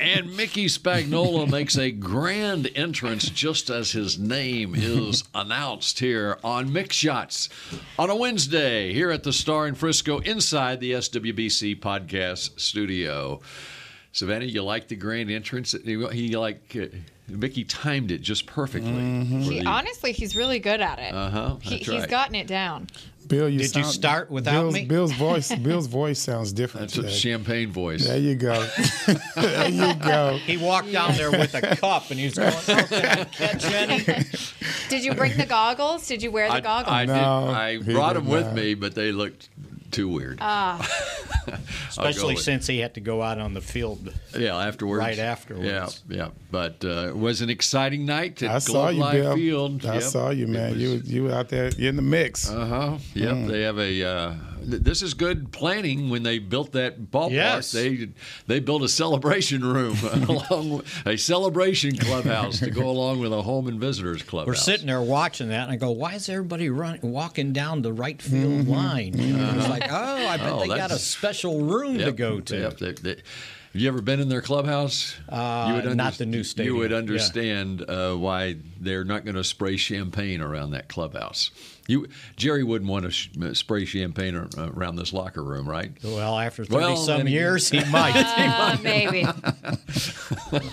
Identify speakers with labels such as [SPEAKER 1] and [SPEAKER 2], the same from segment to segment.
[SPEAKER 1] And Mickey Spagnola makes a grand entrance just as his name is announced here on Mix Shots on a Wednesday here at the Star in Frisco inside the SWBC podcast studio. Savannah, you like the grand entrance? He like uh, Mickey timed it just perfectly.
[SPEAKER 2] Mm-hmm.
[SPEAKER 3] He, honestly, he's really good at it.
[SPEAKER 1] Uh-huh,
[SPEAKER 3] He,
[SPEAKER 1] that's
[SPEAKER 3] he's
[SPEAKER 1] right.
[SPEAKER 3] gotten it down.
[SPEAKER 2] Bill, you
[SPEAKER 4] Did you
[SPEAKER 2] sound-
[SPEAKER 4] start without
[SPEAKER 2] Bill's,
[SPEAKER 4] me?
[SPEAKER 2] Bill's voice, Bill's voice sounds different
[SPEAKER 1] That's a
[SPEAKER 2] today.
[SPEAKER 1] champagne voice.
[SPEAKER 2] There you go. there you go.
[SPEAKER 4] He walked down there with a cup and he was going, okay, catch any.
[SPEAKER 3] Did you bring the goggles? Did you wear the
[SPEAKER 1] I,
[SPEAKER 3] goggles?
[SPEAKER 1] I,
[SPEAKER 2] No,
[SPEAKER 1] did, I
[SPEAKER 2] he
[SPEAKER 1] brought
[SPEAKER 2] did
[SPEAKER 1] them with
[SPEAKER 2] not.
[SPEAKER 1] me, but they looked too weird. I'll go
[SPEAKER 4] Especially
[SPEAKER 1] with-
[SPEAKER 4] since he had to go out on the field.
[SPEAKER 1] Yeah, afterwards.
[SPEAKER 4] Right afterwards.
[SPEAKER 1] Yeah, yeah. But uh, it was an exciting night at
[SPEAKER 2] I saw
[SPEAKER 1] Globe
[SPEAKER 2] you,
[SPEAKER 1] Life
[SPEAKER 2] Bill.
[SPEAKER 1] Field.
[SPEAKER 2] I
[SPEAKER 1] Yep.
[SPEAKER 2] saw you,
[SPEAKER 1] It
[SPEAKER 2] man. You Mm.
[SPEAKER 1] was-
[SPEAKER 2] you out there you're in the mix.
[SPEAKER 1] uh-huh. Yep. They have a. Uh, th- this is good planning when they built that ballpark.
[SPEAKER 4] Yes.
[SPEAKER 1] They they built a celebration room along with- a celebration clubhouse to go along with a home and visitors clubhouse.
[SPEAKER 4] We're sitting there watching that, and I go, "Why is everybody run, walking down the right field line?" You know, It's like, "Oh, I bet
[SPEAKER 1] Mm-hmm. Oh,
[SPEAKER 4] they got a
[SPEAKER 1] that's-
[SPEAKER 4] special room to
[SPEAKER 1] Yep,
[SPEAKER 4] go to."
[SPEAKER 1] yep, they- they- have you ever been in their clubhouse? Uh, you
[SPEAKER 4] not the new
[SPEAKER 1] You
[SPEAKER 4] stadium,
[SPEAKER 1] would
[SPEAKER 4] yeah.
[SPEAKER 1] understand uh, why they're not going to spray champagne around that clubhouse. You, Jerry wouldn't want to sh- uh, spray champagne ar- uh, around this locker room, right?
[SPEAKER 4] Well, after thirty
[SPEAKER 1] Well, then
[SPEAKER 4] some
[SPEAKER 1] again-
[SPEAKER 4] years, he might.
[SPEAKER 3] Uh, maybe.
[SPEAKER 4] Let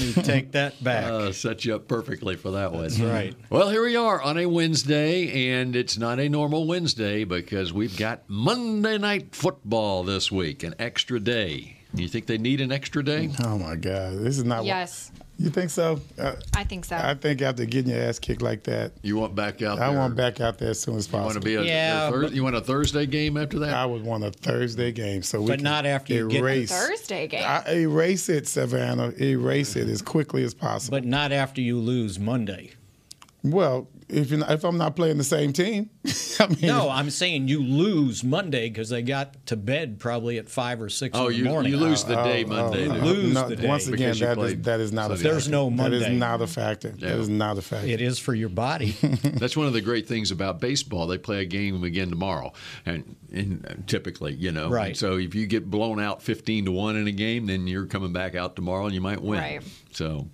[SPEAKER 4] me take that back.
[SPEAKER 1] Uh, set you up perfectly for that one. That's
[SPEAKER 4] right.
[SPEAKER 1] Well, here we are on a Wednesday, and it's not a normal Wednesday because we've got Monday Night Football this week, an extra day. You think they need an extra day?
[SPEAKER 2] oh my God, this is not.
[SPEAKER 3] yes,
[SPEAKER 2] You think so? Uh,
[SPEAKER 3] I think so.
[SPEAKER 2] I think after getting your ass kicked like that,
[SPEAKER 1] You want back out
[SPEAKER 2] I
[SPEAKER 1] there?
[SPEAKER 2] want back out there as soon as
[SPEAKER 1] Want
[SPEAKER 2] possible.
[SPEAKER 1] to be a,
[SPEAKER 4] Yeah,
[SPEAKER 1] a Thurs-
[SPEAKER 4] but-
[SPEAKER 1] you want a Thursday game after that?
[SPEAKER 2] I would want a Thursday game, so we
[SPEAKER 4] But
[SPEAKER 2] can
[SPEAKER 4] not after you get-
[SPEAKER 2] erase.
[SPEAKER 3] Thursday game.
[SPEAKER 2] I erase it, Savannah. Erase
[SPEAKER 1] Mm-hmm.
[SPEAKER 2] it as quickly as possible.
[SPEAKER 4] but not after you lose Monday.
[SPEAKER 2] well, if you if I'm not playing the same team, I mean,
[SPEAKER 4] No, I'm saying you lose Monday because they got to bed probably at five or six
[SPEAKER 1] oh,
[SPEAKER 4] in the
[SPEAKER 1] you,
[SPEAKER 4] morning.
[SPEAKER 1] you lose the day
[SPEAKER 2] Oh,
[SPEAKER 1] Monday.
[SPEAKER 2] oh,
[SPEAKER 1] dude.
[SPEAKER 2] no,
[SPEAKER 4] Lose
[SPEAKER 2] no,
[SPEAKER 4] the day
[SPEAKER 2] Once again,
[SPEAKER 1] because you
[SPEAKER 2] that is,
[SPEAKER 1] played
[SPEAKER 2] that is not a
[SPEAKER 1] Sunday
[SPEAKER 2] factor.
[SPEAKER 4] night. There's no
[SPEAKER 2] That
[SPEAKER 4] Monday.
[SPEAKER 2] is not a factor. That
[SPEAKER 1] Yeah.
[SPEAKER 2] is not a factor.
[SPEAKER 4] It is for your body.
[SPEAKER 1] That's one of the great things about baseball. They play a game again tomorrow, and, and typically, you know,
[SPEAKER 4] Right.
[SPEAKER 1] And So if you get blown out fifteen to one in a game, then you're coming back out tomorrow, and you might win.
[SPEAKER 3] Right.
[SPEAKER 1] So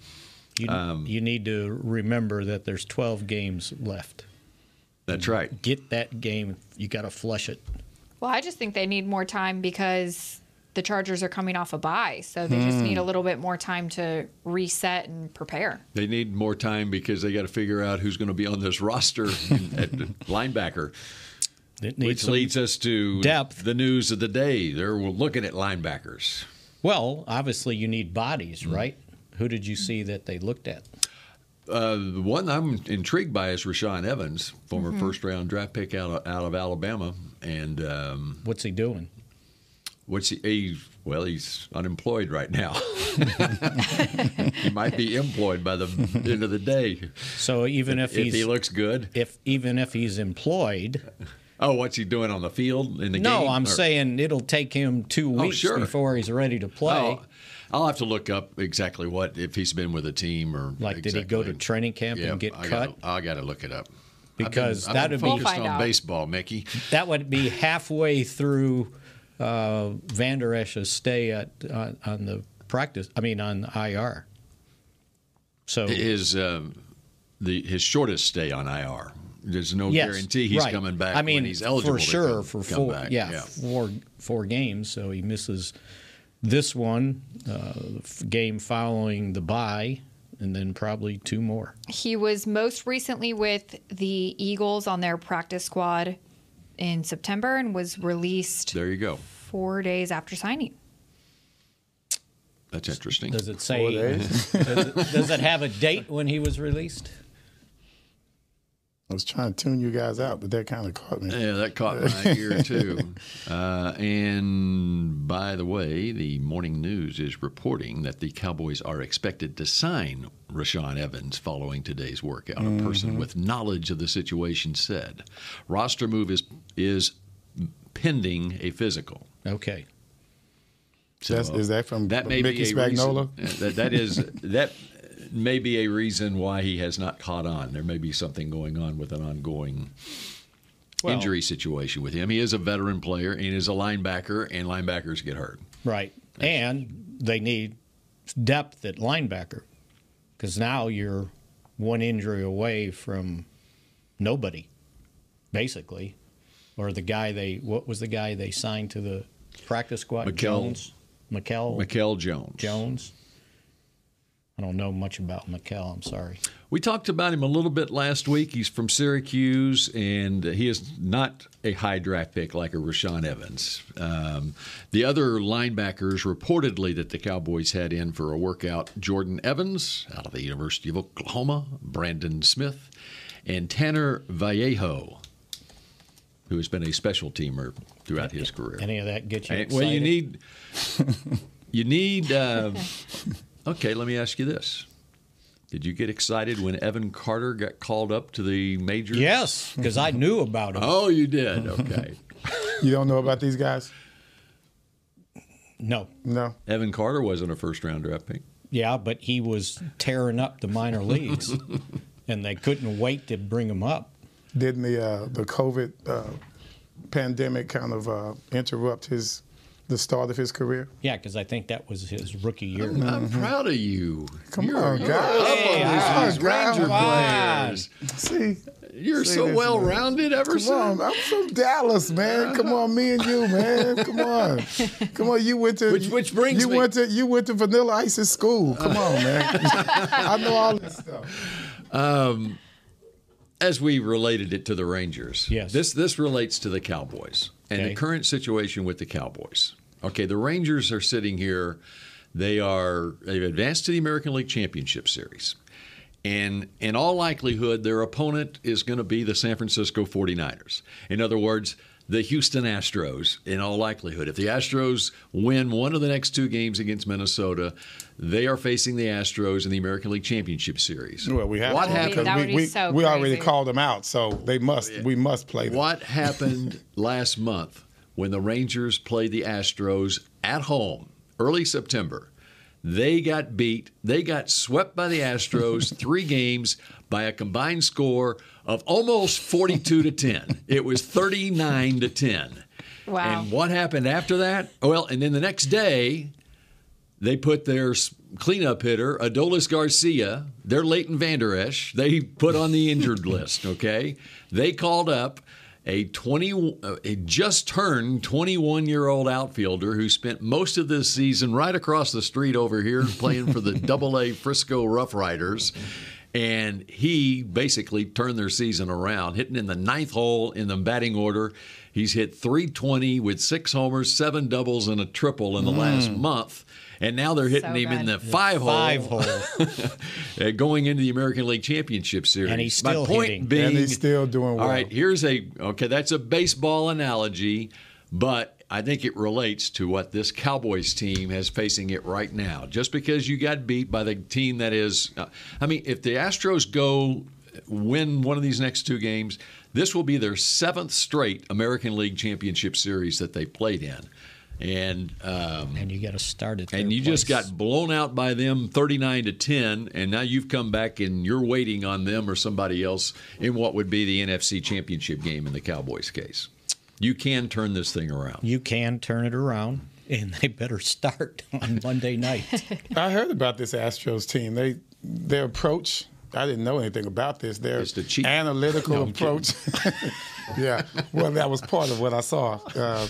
[SPEAKER 4] You,
[SPEAKER 1] Um,
[SPEAKER 4] you need to remember that there's 12 games left.
[SPEAKER 1] that's right.
[SPEAKER 4] Get that game. You got to flush it.
[SPEAKER 3] well, I just think they need more time because the Chargers are coming off a bye, so they just
[SPEAKER 1] Hmm.
[SPEAKER 3] need a little bit more time to reset and prepare.
[SPEAKER 1] They need more time because they got to figure out who's going to be on this roster and- at linebacker.
[SPEAKER 4] It needs
[SPEAKER 1] Which
[SPEAKER 4] some-
[SPEAKER 1] leads us to
[SPEAKER 4] depth.
[SPEAKER 1] the news of the day. They're looking at linebackers.
[SPEAKER 4] Well, obviously you need bodies,
[SPEAKER 1] Mm.
[SPEAKER 4] right? Who did you see that they looked at?
[SPEAKER 1] Uh, the one I'm intrigued by is Rashawn Evans, former first round draft pick out of, out of Alabama, and um,
[SPEAKER 4] What's he doing?
[SPEAKER 1] what's he? he well, he's unemployed right now. he might be employed by the end of the day
[SPEAKER 4] So even if,
[SPEAKER 1] if
[SPEAKER 4] he's
[SPEAKER 1] he looks good.
[SPEAKER 4] if even if he's employed,
[SPEAKER 1] Oh, what's he doing on the field in the game?
[SPEAKER 4] no, I'm
[SPEAKER 1] Or-
[SPEAKER 4] saying it'll take him two
[SPEAKER 1] Oh,
[SPEAKER 4] weeks
[SPEAKER 1] sure.
[SPEAKER 4] before he's ready to play.
[SPEAKER 1] Oh, I'll have to look up exactly what if he's been with a team or
[SPEAKER 4] like, did he go to
[SPEAKER 1] exactly.
[SPEAKER 4] training camp
[SPEAKER 1] Yeah,
[SPEAKER 4] and get
[SPEAKER 1] I
[SPEAKER 4] cut?
[SPEAKER 1] Gotta, I got to look it up I've been-
[SPEAKER 4] Because
[SPEAKER 1] I've
[SPEAKER 4] that
[SPEAKER 1] been
[SPEAKER 4] would be- We'll
[SPEAKER 1] focused
[SPEAKER 3] find
[SPEAKER 1] on
[SPEAKER 3] out.
[SPEAKER 1] baseball, Mickey.
[SPEAKER 4] That would be halfway through uh, Van Der Esch's stay at on, on the practice. I mean, on IR. So
[SPEAKER 1] his um, the his shortest stay on IR. There's no
[SPEAKER 4] yes,
[SPEAKER 1] guarantee he's
[SPEAKER 4] right.
[SPEAKER 1] coming back.
[SPEAKER 4] I mean,
[SPEAKER 1] when he's eligible
[SPEAKER 4] for
[SPEAKER 1] to
[SPEAKER 4] sure
[SPEAKER 1] come-
[SPEAKER 4] for
[SPEAKER 1] come
[SPEAKER 4] four.
[SPEAKER 1] back.
[SPEAKER 4] Yeah, four four games. So he misses this one uh, f- game following the bye, and then probably two more.
[SPEAKER 3] He was most recently with the Eagles on their practice squad in September and was released
[SPEAKER 1] There you go.
[SPEAKER 3] four days after signing.
[SPEAKER 1] That's interesting.
[SPEAKER 4] Does it say? Does it, does it have a date when he was released?
[SPEAKER 2] I was trying to tune you guys out, but that kind of caught me.
[SPEAKER 1] Yeah, that caught my ear too. Uh, and by the way, the morning news is reporting that the Cowboys are expected to sign Rashawn Evans following today's workout. A
[SPEAKER 4] Mm-hmm.
[SPEAKER 1] person with knowledge of the situation said, "Roster move is is pending a physical."
[SPEAKER 4] Okay.
[SPEAKER 1] So
[SPEAKER 2] That's- is that from
[SPEAKER 1] that may
[SPEAKER 2] Mickey
[SPEAKER 1] be a reason-
[SPEAKER 2] Spagnola?
[SPEAKER 1] uh, that, that is that may be a reason why he has not caught on. There may be something going on with an ongoing
[SPEAKER 4] Well-
[SPEAKER 1] injury situation with him. He is a veteran player and is a linebacker, and linebackers get hurt.
[SPEAKER 4] Right. And they need depth at linebacker because now you're one injury away from nobody, basically. Or the guy they, what was the guy they signed to the practice squad?
[SPEAKER 1] Mikel-
[SPEAKER 4] Jones. Mikel,
[SPEAKER 1] Mikel Jones.
[SPEAKER 4] Jones. I don't know much about Mikel. I'm sorry.
[SPEAKER 1] We talked about him a little bit last week. He's from Syracuse, and he is not a high draft pick like a Rashawn Evans. Um, the other linebackers reportedly that the Cowboys had in for a workout Jordan Evans out of the University of Oklahoma, Brandon Smith, and Tanner Vallejo, who has been a special teamer throughout his career.
[SPEAKER 4] Any of that get you
[SPEAKER 1] And-
[SPEAKER 4] excited?
[SPEAKER 1] well, you need, you need. Uh, okay, let me ask you this: Did you get excited when Evan Carter got called up to the major?
[SPEAKER 4] Yes, because I knew about him.
[SPEAKER 1] Oh, you did. Okay.
[SPEAKER 2] You don't know about these guys?
[SPEAKER 4] No.
[SPEAKER 2] No.
[SPEAKER 1] Evan Carter wasn't a first round draft pick.
[SPEAKER 4] Yeah, but he was tearing up the minor leagues, and they couldn't wait to bring him up.
[SPEAKER 2] Didn't the uh, the COVID uh, pandemic kind of uh, interrupt his the start of his career?
[SPEAKER 4] Yeah, because I think that was his rookie year.
[SPEAKER 1] I'm proud of you.
[SPEAKER 2] Come
[SPEAKER 1] You're-
[SPEAKER 2] on,
[SPEAKER 1] you're
[SPEAKER 2] guys.
[SPEAKER 1] up on
[SPEAKER 2] Hey,
[SPEAKER 1] these-
[SPEAKER 2] come
[SPEAKER 1] these
[SPEAKER 2] on, guys.
[SPEAKER 1] Ranger
[SPEAKER 2] Come on.
[SPEAKER 1] players.
[SPEAKER 2] See,
[SPEAKER 1] You're
[SPEAKER 2] See
[SPEAKER 1] so
[SPEAKER 2] this,
[SPEAKER 1] well
[SPEAKER 2] man.
[SPEAKER 1] rounded ever
[SPEAKER 2] come on,
[SPEAKER 1] since.
[SPEAKER 2] I'm from Dallas, man. Come
[SPEAKER 3] Uh-huh.
[SPEAKER 2] on, me and you, man. Come on, come on. You went to
[SPEAKER 1] Which- which brings
[SPEAKER 2] you
[SPEAKER 1] me-
[SPEAKER 2] went to you went to Vanilla Ice's school. Come on, man. I know all this stuff.
[SPEAKER 1] As we related it to the Rangers,
[SPEAKER 4] Yes.
[SPEAKER 1] this this relates to the Cowboys and the
[SPEAKER 4] Okay.
[SPEAKER 1] current situation with the Cowboys. Okay, the Rangers are sitting here. They are they've advanced to the American League Championship Series. And in all likelihood, their opponent is going to be the San Francisco 49ers. In other words, the Houston Astros, in all likelihood. If the Astros win one of the next two games against Minnesota, they are facing the Astros in the American League Championship Series.
[SPEAKER 2] Well, we have
[SPEAKER 1] What
[SPEAKER 2] to,
[SPEAKER 1] happened?
[SPEAKER 2] because
[SPEAKER 3] That would
[SPEAKER 2] we,
[SPEAKER 3] be
[SPEAKER 2] we,
[SPEAKER 3] so
[SPEAKER 2] we already
[SPEAKER 3] crazy.
[SPEAKER 2] called them out, so they must we must play them.
[SPEAKER 1] What happened last month when the Rangers played the Astros at home early September? They got beat. They got swept by the Astros three games by a combined score of almost 42 to 10. It was 39 to 10.
[SPEAKER 3] Wow.
[SPEAKER 1] And what happened after that? Well, and then the next day, they put their s- cleanup hitter, Adolis Garcia, their Leighton Vander Esch, they put on the injured list, okay? They called up a 20 uh, a just turned 21-year-old outfielder who spent most of this season right across the street over here playing for the Double A Frisco Rough Riders. And he basically turned their season around, hitting in the ninth hole in the batting order. He's hit 320 with six homers, seven doubles, and a triple in the last month. And now they're hitting
[SPEAKER 3] So
[SPEAKER 1] him in the
[SPEAKER 3] good.
[SPEAKER 1] five hole,
[SPEAKER 4] Five hole.
[SPEAKER 1] uh, going into the American League Championship Series.
[SPEAKER 4] And he's still
[SPEAKER 1] My point
[SPEAKER 4] hitting.
[SPEAKER 1] being,
[SPEAKER 2] And he's still doing well.
[SPEAKER 1] All right, here's a okay. That's a baseball analogy, but I think it relates to what this Cowboys team has facing it right now. Just because you got beat by the team that is, uh, I mean, if the Astros go win one of these next two games, this will be their seventh straight American League Championship Series that they played in, and. Um,
[SPEAKER 4] and you got to start it.
[SPEAKER 1] and you just got blown out by them 39 to 10 and now you've come back and you're waiting on them or somebody else in what would be the NFC championship game in the Cowboys case. You can turn this thing around.
[SPEAKER 4] You can turn it around, and they better start on Monday night.
[SPEAKER 2] I heard about this Astros team. They their approach. I didn't know anything about this. Their
[SPEAKER 1] It's the cheap-
[SPEAKER 2] analytical
[SPEAKER 1] No, I'm
[SPEAKER 2] approach. yeah. Well, that was part of what I saw. Uh,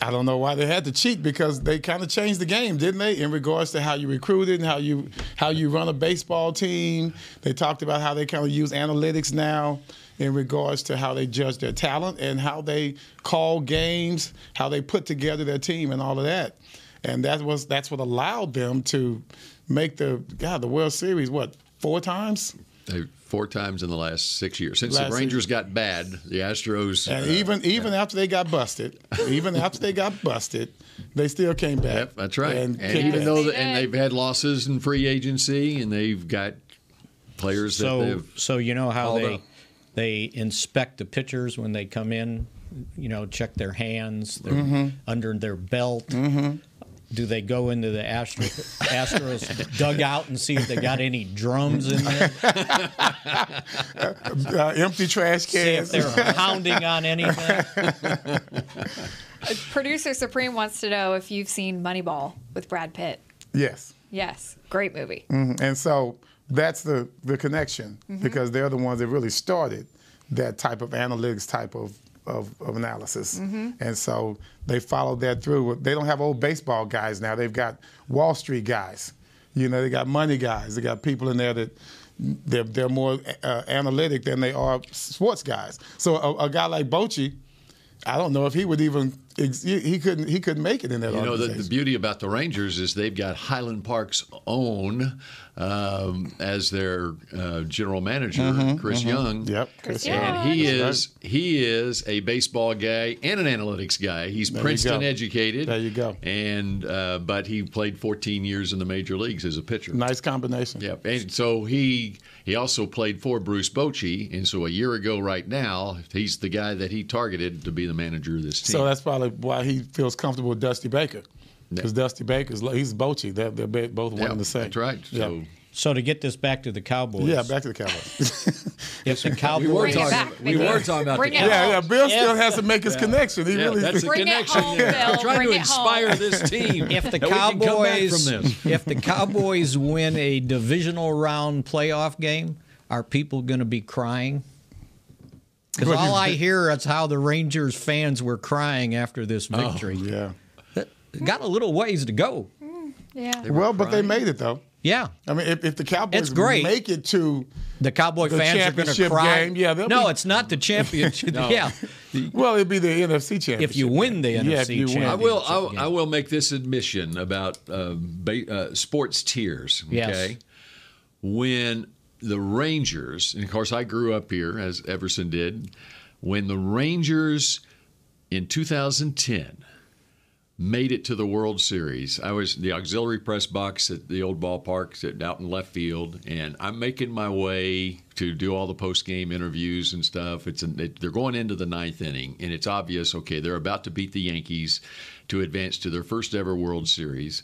[SPEAKER 2] I don't know why they had to cheat because they kind of changed the game, didn't they? In regards to how you recruited and how you how you run a baseball team. They talked about how they kind of use analytics now in regards to how they judge their talent and how they call games, how they put together their team and all of that. And that was that's what allowed them to make the God the World Series what four times?
[SPEAKER 1] They four times in the last six years since
[SPEAKER 2] Last
[SPEAKER 1] the Rangers got bad. The Astros
[SPEAKER 2] And
[SPEAKER 1] uh,
[SPEAKER 2] even even after they got busted, even after they got busted, they still came back.
[SPEAKER 1] Yep, that's right.
[SPEAKER 2] And,
[SPEAKER 1] And,
[SPEAKER 2] kicked
[SPEAKER 1] even
[SPEAKER 2] ass.
[SPEAKER 1] though,
[SPEAKER 3] Yes,
[SPEAKER 1] the,
[SPEAKER 3] they
[SPEAKER 1] and
[SPEAKER 3] did.
[SPEAKER 1] they've had losses in free agency, and they've got players that
[SPEAKER 4] So,
[SPEAKER 1] they've.
[SPEAKER 4] so you know how
[SPEAKER 1] called
[SPEAKER 4] they
[SPEAKER 1] up.
[SPEAKER 4] they inspect the pitchers when they come in, you know, check their hands, their
[SPEAKER 1] Mm-hmm.
[SPEAKER 4] under their belt. Do they go into the Astro, Astros dugout and see if they got any drums in there?
[SPEAKER 2] uh, empty trash
[SPEAKER 4] See
[SPEAKER 2] cans.
[SPEAKER 4] if they're hounding on anything?
[SPEAKER 3] Producer Supreme wants to know if you've seen Moneyball with Brad Pitt.
[SPEAKER 2] Yes.
[SPEAKER 3] Yes, great movie.
[SPEAKER 2] And so that's the, the connection because they're the ones that really started that type of analytics type of, of, of analysis. And so they followed that through. They don't have old baseball guys now, they've got Wall Street guys. You know, they got money guys, they got people in there that they're, they're more uh, analytic than they are sports guys. So a, a guy like Bochy, I don't know if he would even ex- he he couldn't he couldn't make it in that
[SPEAKER 1] You know, the,
[SPEAKER 2] organization.
[SPEAKER 1] the beauty about the Rangers is they've got Highland Park's own um, as their uh, general manager, Chris Young.
[SPEAKER 2] Mm-hmm, yep.
[SPEAKER 3] Chris
[SPEAKER 1] And he is he is a baseball guy and an analytics guy. He's
[SPEAKER 2] you
[SPEAKER 1] Princeton
[SPEAKER 2] go.
[SPEAKER 1] educated.
[SPEAKER 2] There you go.
[SPEAKER 1] And uh, but he played 14 years in the major leagues as a pitcher.
[SPEAKER 2] Nice combination.
[SPEAKER 1] Yep. And so he he also played for Bruce Bochy, and so a year ago, right now, he's the guy that he targeted to be the manager of this team.
[SPEAKER 2] So that's probably why he feels comfortable with Dusty Baker. Because Dusty Baker's lo- he's Bochy. They're, they're ba- both one
[SPEAKER 1] yeah,
[SPEAKER 2] and the same.
[SPEAKER 1] That's right.
[SPEAKER 2] Yeah.
[SPEAKER 1] So
[SPEAKER 4] So to get this back to the Cowboys,
[SPEAKER 2] yeah, back to the Cowboys.
[SPEAKER 4] if the
[SPEAKER 1] we
[SPEAKER 4] Cowboys,
[SPEAKER 1] were
[SPEAKER 3] Bring it
[SPEAKER 1] talking.
[SPEAKER 3] back,
[SPEAKER 1] about- we
[SPEAKER 3] baby.
[SPEAKER 1] were talking about
[SPEAKER 3] Bring
[SPEAKER 1] the
[SPEAKER 3] it
[SPEAKER 1] Cowboys.
[SPEAKER 2] yeah, yeah, Bill
[SPEAKER 4] If-
[SPEAKER 2] still has to make his connection. He
[SPEAKER 1] Yeah,
[SPEAKER 2] really
[SPEAKER 1] that's a
[SPEAKER 3] Bring it
[SPEAKER 1] connection
[SPEAKER 3] home,
[SPEAKER 1] there.
[SPEAKER 3] Bill.
[SPEAKER 1] I'm trying to
[SPEAKER 3] Bring it home.
[SPEAKER 1] inspire this team.
[SPEAKER 4] if the
[SPEAKER 1] that we can come back
[SPEAKER 4] Cowboys
[SPEAKER 1] from this.
[SPEAKER 4] if the Cowboys win a divisional round playoff game, are people going to be crying? Because all I hear is how the Rangers fans were crying after this victory.
[SPEAKER 2] Oh, yeah.
[SPEAKER 4] Got a little ways to go.
[SPEAKER 3] Yeah.
[SPEAKER 2] Well, but they made it though.
[SPEAKER 4] Yeah,
[SPEAKER 2] I mean, if, if the Cowboys
[SPEAKER 4] It's great.
[SPEAKER 2] make it to
[SPEAKER 4] the Cowboy
[SPEAKER 2] The
[SPEAKER 4] fans are going to
[SPEAKER 2] championship
[SPEAKER 4] cry.
[SPEAKER 2] game, yeah, they'll
[SPEAKER 4] no,
[SPEAKER 2] be-
[SPEAKER 4] it's not the championship. Yeah,
[SPEAKER 2] well, it'd be the NFC championship.
[SPEAKER 4] if you win the
[SPEAKER 2] if
[SPEAKER 4] NFC
[SPEAKER 2] you win.
[SPEAKER 4] championship,
[SPEAKER 1] I will. I, will-
[SPEAKER 4] game.
[SPEAKER 1] I will make this admission about uh, ba- uh, sports tiers. Okay,
[SPEAKER 4] Yes.
[SPEAKER 1] when the Rangers, and of course, I grew up here as Everson did. When the Rangers in 2010 made it to the World Series, I was in the auxiliary press box at the old ballpark, sitting out in left field, and I'm making my way to do all the post game interviews and stuff. It's an, it, they're going into the ninth inning, and it's obvious. Okay, they're about to beat the Yankees to advance to their first ever World Series,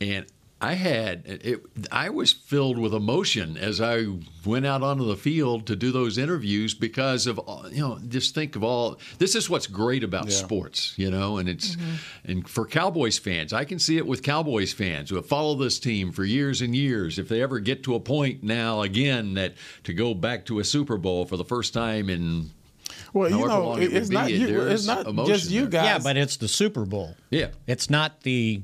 [SPEAKER 1] and I had it. I was filled with emotion as I went out onto the field to do those interviews because of all- you know just think of all. This is what's great about sports, you know, and it's and for Cowboys fans, I can see it with Cowboys fans who have followed this team for years and years. If they ever get to a point now again that to go back to a Super Bowl for the first time in
[SPEAKER 2] well, you
[SPEAKER 1] however
[SPEAKER 2] know,
[SPEAKER 1] long
[SPEAKER 2] it-
[SPEAKER 1] it will
[SPEAKER 2] it's not
[SPEAKER 1] be,
[SPEAKER 2] you.
[SPEAKER 1] there's
[SPEAKER 2] It's not
[SPEAKER 1] emotion
[SPEAKER 2] just you
[SPEAKER 1] there.
[SPEAKER 2] guys.
[SPEAKER 4] yeah, but it's the Super Bowl.
[SPEAKER 1] yeah
[SPEAKER 4] It's not the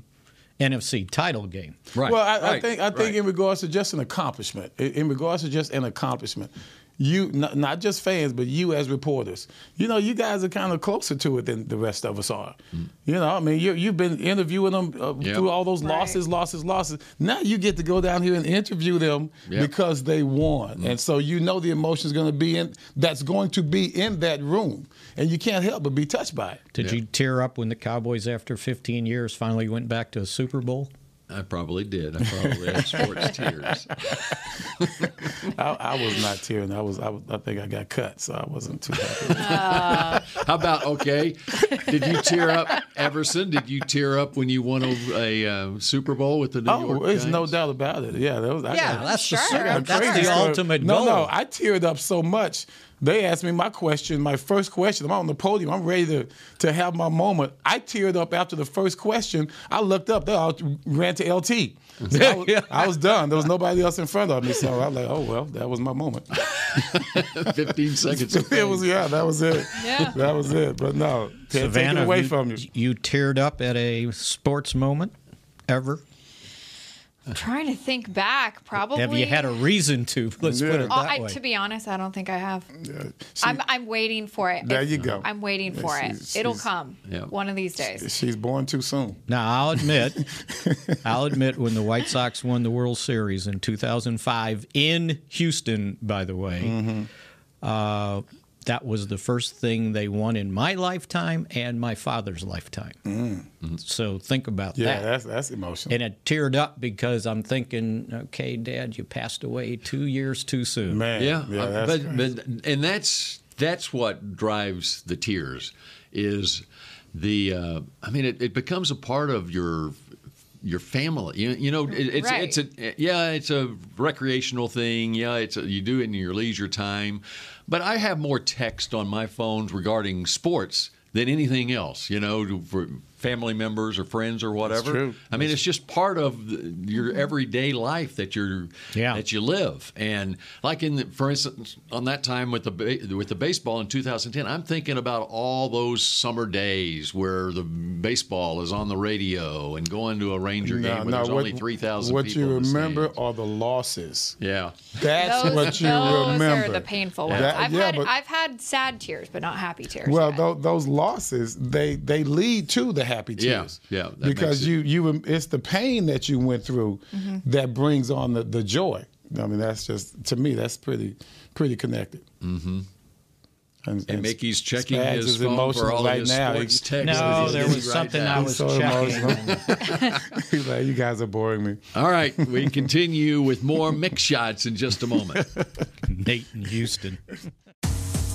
[SPEAKER 4] NFC title game.
[SPEAKER 1] right.
[SPEAKER 2] Well, I, I
[SPEAKER 1] right,
[SPEAKER 2] think I think
[SPEAKER 1] right.
[SPEAKER 2] in regards to just an accomplishment, in, in regards to just an accomplishment, you not, not just fans, but you as reporters, you know, you guys are kind of closer to it than the rest of us are. You know, I mean, you, you've been interviewing them uh,
[SPEAKER 1] Mm. Yeah.
[SPEAKER 2] through all those
[SPEAKER 3] Right.
[SPEAKER 2] losses, losses, losses. Now you get to go down here and interview them
[SPEAKER 1] Yeah. Mm.
[SPEAKER 2] because they won, and so you know the emotion's going to be in that's going to be in that room, and you can't help but be touched by it.
[SPEAKER 4] Did you tear up when the Cowboys, after 15 years, finally went back to a Super Bowl?
[SPEAKER 1] I probably did. I probably had sports tears.
[SPEAKER 2] I, I was not tearing. I was. I, was- I think I got cut, so I wasn't too happy.
[SPEAKER 1] How about okay? Did you tear up, Everson? Did you tear up when you won a, a uh, Super Bowl with the New York?
[SPEAKER 2] Oh, it's no
[SPEAKER 1] Giants?
[SPEAKER 2] doubt about it. Yeah, that was. I
[SPEAKER 4] Yeah,
[SPEAKER 2] got-
[SPEAKER 4] that's
[SPEAKER 3] Sure.
[SPEAKER 4] the
[SPEAKER 2] I
[SPEAKER 4] super,
[SPEAKER 2] got
[SPEAKER 4] that's
[SPEAKER 2] crazy
[SPEAKER 4] the
[SPEAKER 2] story.
[SPEAKER 4] ultimate
[SPEAKER 2] no,
[SPEAKER 4] goal.
[SPEAKER 2] No, I teared up so much. They asked me my question, my first question. I'm on the podium. I'm ready to to have my moment. I teared up after the first question. I looked up. They all ran to LT. So I, was, I was done. There was nobody else in front of me. So I was like, oh well, that was my moment.
[SPEAKER 1] Fifteen seconds. Of
[SPEAKER 2] it was yeah, that was it.
[SPEAKER 3] Yeah.
[SPEAKER 2] That was it. But no, can't take it away
[SPEAKER 4] you,
[SPEAKER 2] from you.
[SPEAKER 4] you teared up at a sports moment ever?
[SPEAKER 3] trying to think back, probably.
[SPEAKER 4] Have you had a reason to? Let's put it that
[SPEAKER 3] Oh, I,
[SPEAKER 4] way.
[SPEAKER 3] to be honest, I don't think I have.
[SPEAKER 2] She-
[SPEAKER 3] I'm, I'm waiting for it.
[SPEAKER 2] There you go.
[SPEAKER 3] I'm waiting
[SPEAKER 2] Yeah,
[SPEAKER 3] for it.
[SPEAKER 2] she's-
[SPEAKER 3] It'll
[SPEAKER 2] she's-
[SPEAKER 3] come
[SPEAKER 1] Yeah.
[SPEAKER 3] one of these days.
[SPEAKER 2] She's born too soon.
[SPEAKER 4] Now I'll admit, I'll admit when the White Sox won the World Series in 2005 in Houston, by the way,
[SPEAKER 2] Mm-hmm.
[SPEAKER 4] uh, that was the first thing they won in my lifetime and my father's lifetime. So think about
[SPEAKER 2] Mm. Yeah,
[SPEAKER 4] that.
[SPEAKER 2] that's that's emotional.
[SPEAKER 4] and it teared up because I'm thinking, okay, Dad, you passed away two years too soon.
[SPEAKER 2] Man,
[SPEAKER 1] Yeah,
[SPEAKER 2] yeah,
[SPEAKER 1] uh,
[SPEAKER 2] that's
[SPEAKER 1] but,
[SPEAKER 2] crazy.
[SPEAKER 1] but and that's that's what drives the tears is the uh, I mean it, it becomes a part of your your family you, you know it, it's
[SPEAKER 3] Right.
[SPEAKER 1] it's a yeah it's a recreational thing yeah it's a, you do it in your leisure time but I have more text on my phones regarding sports than anything else you know to- for family members or friends or whatever
[SPEAKER 2] true.
[SPEAKER 1] I mean it's just part of the, your everyday life that you're
[SPEAKER 4] Yeah.
[SPEAKER 1] that you you live. And like in, the, for instance, on that time with the ba- with the baseball in 2010, I'm thinking about all those summer days where the baseball is on the radio and going to a Ranger game where there's only 3,000
[SPEAKER 2] What
[SPEAKER 1] people.
[SPEAKER 2] you
[SPEAKER 1] in the
[SPEAKER 2] remember
[SPEAKER 1] stands.
[SPEAKER 2] are the losses.
[SPEAKER 1] Yeah.
[SPEAKER 2] That's
[SPEAKER 3] those
[SPEAKER 2] what you
[SPEAKER 3] those
[SPEAKER 2] remember.
[SPEAKER 3] are the painful ones.
[SPEAKER 2] That-
[SPEAKER 3] I've,
[SPEAKER 2] yeah,
[SPEAKER 3] had,
[SPEAKER 2] but-
[SPEAKER 3] I've had sad tears, but not happy tears.
[SPEAKER 2] Well,
[SPEAKER 3] yet.
[SPEAKER 2] tho- those losses they they lead to the happy
[SPEAKER 1] Yeah,
[SPEAKER 2] tears.
[SPEAKER 1] yeah, that
[SPEAKER 2] because
[SPEAKER 1] makes
[SPEAKER 2] you you it's the pain that you went through
[SPEAKER 3] Mm-hmm.
[SPEAKER 2] that brings on the, the joy. I mean, that's just to me that's pretty pretty connected. Mm-hmm. And,
[SPEAKER 1] And Mickey's checking
[SPEAKER 2] Spags
[SPEAKER 1] his
[SPEAKER 2] is
[SPEAKER 1] phone for
[SPEAKER 2] emotional
[SPEAKER 1] all
[SPEAKER 2] right
[SPEAKER 1] of his
[SPEAKER 2] now.
[SPEAKER 1] sports
[SPEAKER 2] He's-
[SPEAKER 1] texts. that
[SPEAKER 4] No,
[SPEAKER 1] he's
[SPEAKER 4] there
[SPEAKER 1] getting
[SPEAKER 4] was
[SPEAKER 1] right
[SPEAKER 4] something
[SPEAKER 1] now.
[SPEAKER 4] I was
[SPEAKER 2] so
[SPEAKER 4] checking.
[SPEAKER 2] emotional. He's like, you guys are boring me.
[SPEAKER 1] All right, we continue with more mix shots in just a moment.
[SPEAKER 4] Nate in Houston.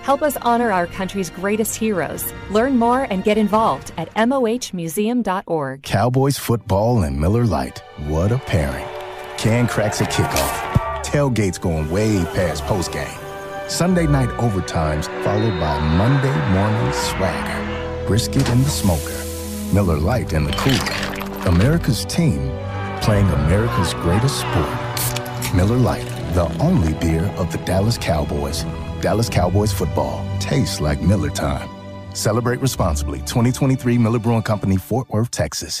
[SPEAKER 5] Help us honor our country's greatest heroes. Learn more and get involved at mohmuseum.org.
[SPEAKER 6] Cowboys football and Miller Lite. What a pairing. Can cracks a kickoff. Tailgates going way past postgame. Sunday night overtimes followed by Monday morning swagger. Brisket in the smoker. Miller Lite in the cooler. America's team playing America's greatest sport. Miller Lite, the only beer of the Dallas Cowboys. Dallas Cowboys football tastes like Miller time. Celebrate responsibly. 2023 Miller Brewing Company, Fort Worth, Texas.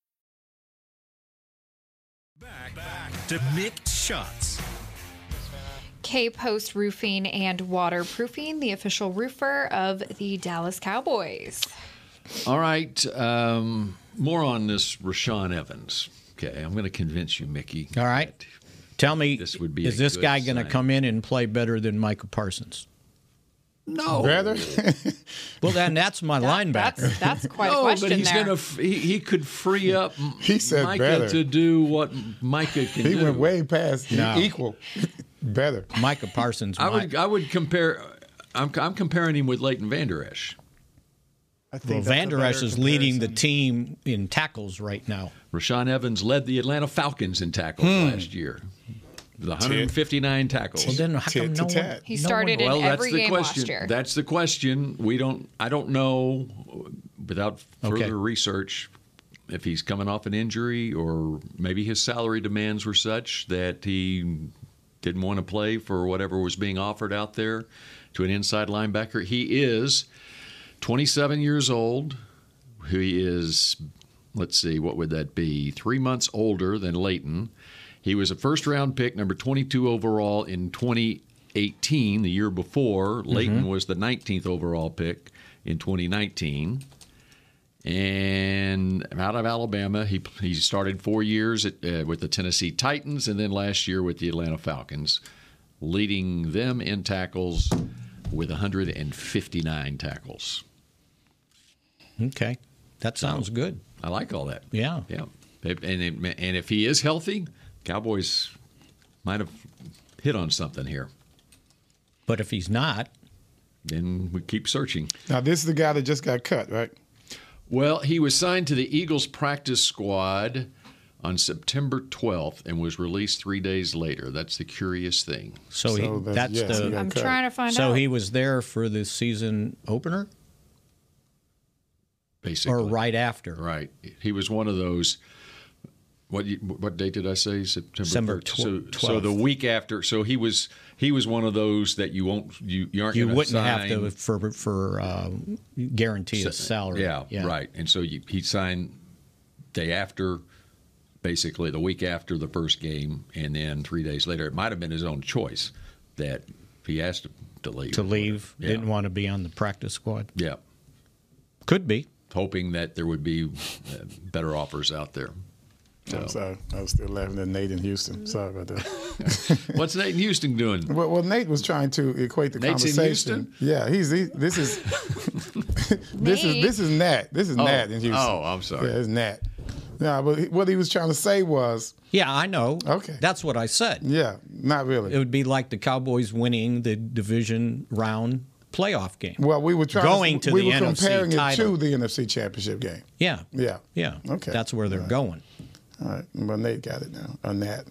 [SPEAKER 7] To mixed shots.
[SPEAKER 3] K Post Roofing and Waterproofing, the official roofer of the Dallas Cowboys.
[SPEAKER 1] All right, um, more on this Rashawn Evans. Okay, I'm going to convince you, Mickey.
[SPEAKER 4] All right. Tell me,
[SPEAKER 1] This would be
[SPEAKER 4] is
[SPEAKER 1] a
[SPEAKER 4] this
[SPEAKER 1] good
[SPEAKER 4] guy going to
[SPEAKER 1] sign.
[SPEAKER 4] come in and play better than Micah Parsons?
[SPEAKER 1] No.
[SPEAKER 2] Better?
[SPEAKER 4] Well, then that's my linebacker.
[SPEAKER 3] That's, that's quite a
[SPEAKER 1] no,
[SPEAKER 3] question
[SPEAKER 1] but he's
[SPEAKER 3] there.
[SPEAKER 1] gonna f- he, he could free up M-
[SPEAKER 2] He said
[SPEAKER 1] Micah
[SPEAKER 2] better.
[SPEAKER 1] to do what Micah can
[SPEAKER 2] he
[SPEAKER 1] do.
[SPEAKER 2] went way past
[SPEAKER 4] No.
[SPEAKER 2] equal. Better.
[SPEAKER 4] Micah Parsons.
[SPEAKER 1] I
[SPEAKER 4] might-
[SPEAKER 1] would I would compare I'm, I'm comparing him with Leighton Vander Esch.
[SPEAKER 8] I think
[SPEAKER 4] Well,
[SPEAKER 8] that's a
[SPEAKER 4] Van Der Esch
[SPEAKER 8] better
[SPEAKER 4] is leading the team in tackles right now.
[SPEAKER 1] Rashawn Evans led the Atlanta Falcons in tackles
[SPEAKER 4] Hmm.
[SPEAKER 1] last year. The 159 tackles.
[SPEAKER 4] Well, then how come Tit to no one- tat.
[SPEAKER 3] He no started one- in
[SPEAKER 1] well, that's
[SPEAKER 3] every
[SPEAKER 1] the
[SPEAKER 3] game last
[SPEAKER 1] question.
[SPEAKER 3] year.
[SPEAKER 1] That's the question. We don't. I don't know without further
[SPEAKER 4] Okay.
[SPEAKER 1] research if he's coming off an injury or maybe his salary demands were such that he didn't want to play for whatever was being offered out there to an inside linebacker. He is 27 years old. He is, let's see, what would that be? Three months older than Leighton. He was a first round pick, number 22 overall in 2018, the year before. Leighton
[SPEAKER 9] Mhm.
[SPEAKER 1] was the 19th overall pick in 2019. And out of Alabama, he he started four years at, uh, with the Tennessee Titans, and then last year with the Atlanta Falcons, leading them in tackles with 159 tackles.
[SPEAKER 4] Okay, that sounds good.
[SPEAKER 1] I like all that.
[SPEAKER 4] Yeah.
[SPEAKER 1] yeah. And it- and if he is healthy, Cowboys might have hit on something here.
[SPEAKER 4] But if he's not,
[SPEAKER 1] then we keep searching.
[SPEAKER 2] Now this is the guy that just got cut, right?
[SPEAKER 1] Well, he was signed to the Eagles practice squad on September 12th and was released three days later. That's the curious thing.
[SPEAKER 4] So, he, that's, the.
[SPEAKER 3] I'm cut. trying to find
[SPEAKER 4] So
[SPEAKER 3] out.
[SPEAKER 4] he was there for the season opener.
[SPEAKER 1] basically,
[SPEAKER 4] or right after.
[SPEAKER 1] Right. He was one of those. What you- what date did I say? September.
[SPEAKER 4] September
[SPEAKER 1] 13th. so,
[SPEAKER 4] tw-
[SPEAKER 1] so the
[SPEAKER 4] 12th.
[SPEAKER 1] week after. So he was he was one of those that you won't you you aren't
[SPEAKER 4] You
[SPEAKER 1] gonna
[SPEAKER 4] wouldn't
[SPEAKER 1] sign.
[SPEAKER 4] have to for for uh, guarantee his
[SPEAKER 1] Sa-
[SPEAKER 4] salary.
[SPEAKER 1] Yeah, right. And so you, he signed day after, basically the week after the first game, and then three days later. It might have been his own choice that he asked him to leave.
[SPEAKER 4] To leave,
[SPEAKER 1] Yeah.
[SPEAKER 4] didn't want to be on the practice squad.
[SPEAKER 1] Yeah,
[SPEAKER 4] could be
[SPEAKER 1] hoping that there would be uh, better offers out there.
[SPEAKER 2] I'm sorry. I was still laughing at Nate in Houston. Sorry about that.
[SPEAKER 1] What's Nate in Houston doing?
[SPEAKER 2] Well, well, Nate was trying to equate the
[SPEAKER 1] Nate's in
[SPEAKER 2] conversation.
[SPEAKER 1] Houston?
[SPEAKER 2] Yeah, he's he, this is this is this is Nat. This is
[SPEAKER 1] Oh,
[SPEAKER 2] Nat in Houston.
[SPEAKER 1] oh, I'm sorry.
[SPEAKER 2] Yeah, it's Nat. No, but he- what he was trying to say was.
[SPEAKER 4] Yeah, I know.
[SPEAKER 2] Okay.
[SPEAKER 4] That's what I said.
[SPEAKER 2] Yeah, not really.
[SPEAKER 4] It would be like the Cowboys winning the division round playoff game.
[SPEAKER 2] Well, we were trying
[SPEAKER 4] going to
[SPEAKER 2] we
[SPEAKER 4] the
[SPEAKER 2] were comparing
[SPEAKER 4] NFC title.
[SPEAKER 2] it to the NFC Championship game.
[SPEAKER 4] yeah,
[SPEAKER 2] Yeah.
[SPEAKER 4] yeah.
[SPEAKER 2] Okay.
[SPEAKER 4] That's where they're
[SPEAKER 2] All right.
[SPEAKER 4] going.
[SPEAKER 2] All right. Well, Nate got it now. Uh, On that.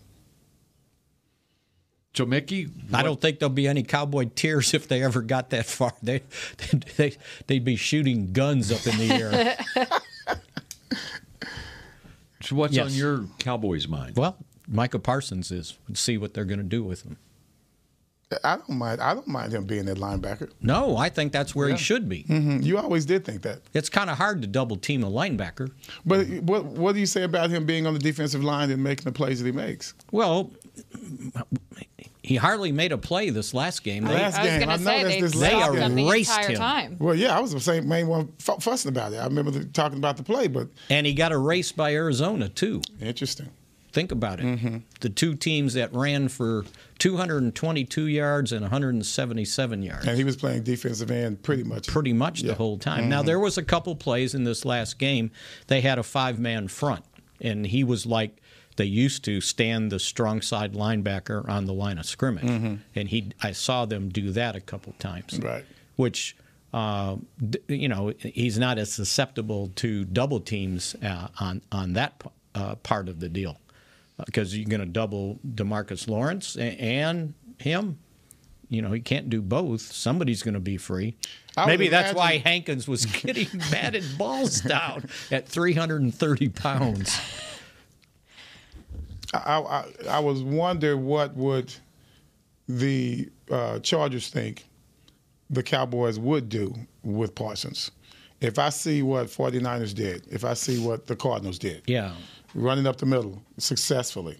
[SPEAKER 1] So Mickey,
[SPEAKER 4] I don't think there'll be any cowboy tears if they ever got that far. They, they, they'd be shooting guns up in the air.
[SPEAKER 1] So what's
[SPEAKER 4] Yes.
[SPEAKER 1] on your Cowboys mind?
[SPEAKER 4] well, Micah Parsons is. We'll see what they're going to do with him.
[SPEAKER 2] I don't mind. I don't mind him being that linebacker.
[SPEAKER 4] No, I think that's where
[SPEAKER 2] Yeah.
[SPEAKER 4] he should be.
[SPEAKER 2] hmm You always did think that.
[SPEAKER 4] It's kind of hard to double team a linebacker.
[SPEAKER 2] But what what do you say about him being on the defensive line and making the plays that he makes?
[SPEAKER 4] Well, he hardly made a play this last game. They-
[SPEAKER 2] last game, I know that's this
[SPEAKER 4] they
[SPEAKER 2] last game.
[SPEAKER 4] erased him.
[SPEAKER 2] Well, yeah, I was the same main one f- fussing about it. I remember the, talking about the play, but
[SPEAKER 4] And he got erased by Arizona, too.
[SPEAKER 2] Interesting.
[SPEAKER 4] Think about it.
[SPEAKER 2] Mm-hmm.
[SPEAKER 4] The two teams that ran for 222 yards and 177 yards.
[SPEAKER 2] and he was playing defensive end pretty much.
[SPEAKER 4] Pretty much the whole time. Now,
[SPEAKER 2] Mhm.
[SPEAKER 4] there was a couple plays in this last game. They had a five man front, and he was like they used to stand the strong side linebacker on the line of scrimmage.
[SPEAKER 2] Mhm.
[SPEAKER 4] And he, I saw them do that a couple times.
[SPEAKER 2] Right.
[SPEAKER 4] Which, uh, d- you know, he's not as susceptible to double teams uh, on on that p- uh, part of the deal, because you're going to double Demarcus Lawrence a- and him. You know, he can't do both. Somebody's going to be free.
[SPEAKER 2] I would
[SPEAKER 4] Maybe that's
[SPEAKER 2] imagine-
[SPEAKER 4] why Hankins was getting batted balls down at 330 pounds.
[SPEAKER 2] I, I, I- I was wonder what would the uh, Chargers think the Cowboys would do with Parsons. If I see what 49ers did, if I see what the Cardinals did,
[SPEAKER 4] Yeah.
[SPEAKER 2] running up the middle successfully,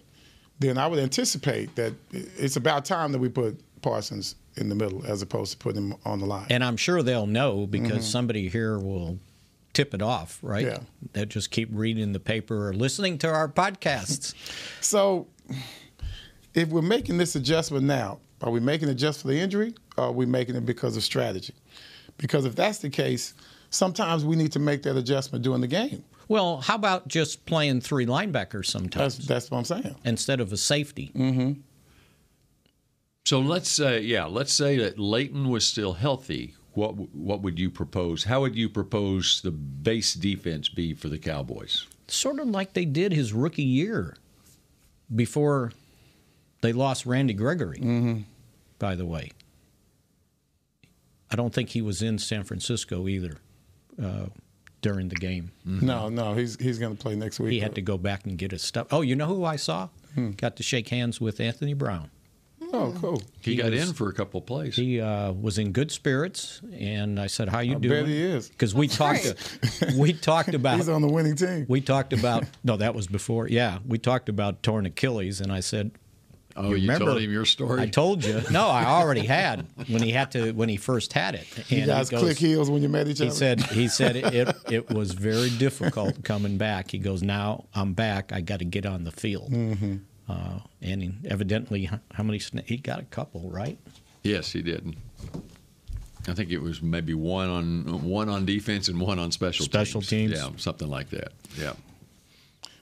[SPEAKER 2] then I would anticipate that it's about time that we put Parsons in the middle as opposed to putting him on the line.
[SPEAKER 4] And I'm sure they'll know because
[SPEAKER 2] Mhm.
[SPEAKER 4] somebody here will tip it off, right?
[SPEAKER 2] Yeah.
[SPEAKER 4] They'll just keep reading the paper or listening to our podcasts.
[SPEAKER 2] So, if we're making this adjustment now, are we making it just for the injury, or are we making it because of strategy? Because if that's the case, sometimes we need to make that adjustment during the game.
[SPEAKER 4] Well, how about just playing three linebackers sometimes?
[SPEAKER 2] That's, that's what I'm saying.
[SPEAKER 4] Instead of a safety.
[SPEAKER 2] Mm-hmm.
[SPEAKER 1] So let's say, yeah, let's say that Leighton was still healthy. What w- what would you propose? How would you propose the base defense be for the Cowboys?
[SPEAKER 4] Sort of like they did his rookie year before they lost Randy Gregory, by the way. I don't think he was in San Francisco either uh, during the game.
[SPEAKER 2] No, no, he's he's going to play next week.
[SPEAKER 4] Mm-hmm. He had to go back and get his stuff. Oh, you know who I saw?
[SPEAKER 2] Hmm.
[SPEAKER 4] Got to shake hands with Anthony Brown.
[SPEAKER 2] Oh, cool.
[SPEAKER 1] He, got in for a couple plays.
[SPEAKER 4] He uh, was in good spirits, and I said, "How you
[SPEAKER 2] I
[SPEAKER 4] doing?"
[SPEAKER 2] bet he is.
[SPEAKER 4] because we talked. we talked about.
[SPEAKER 2] He's on the winning team.
[SPEAKER 4] We talked about. No, that was before. Yeah, we talked about torn Achilles, and I said.
[SPEAKER 1] Oh, you told him your story?
[SPEAKER 4] I told you. No, I already had when he had to when he first had it. And
[SPEAKER 2] You
[SPEAKER 4] he
[SPEAKER 2] guys
[SPEAKER 4] goes-
[SPEAKER 2] click heels when you met each
[SPEAKER 4] he
[SPEAKER 2] other.
[SPEAKER 4] said he said it, it it was very difficult coming back. He goes, now I'm back. I got to get on the field. Uh, and he- evidently, h- how many? sna- He got a couple, right?
[SPEAKER 1] Yes, he did. I think it was maybe one on one on defense and one on special
[SPEAKER 4] Special teams.
[SPEAKER 1] Yeah, something like that. Yeah.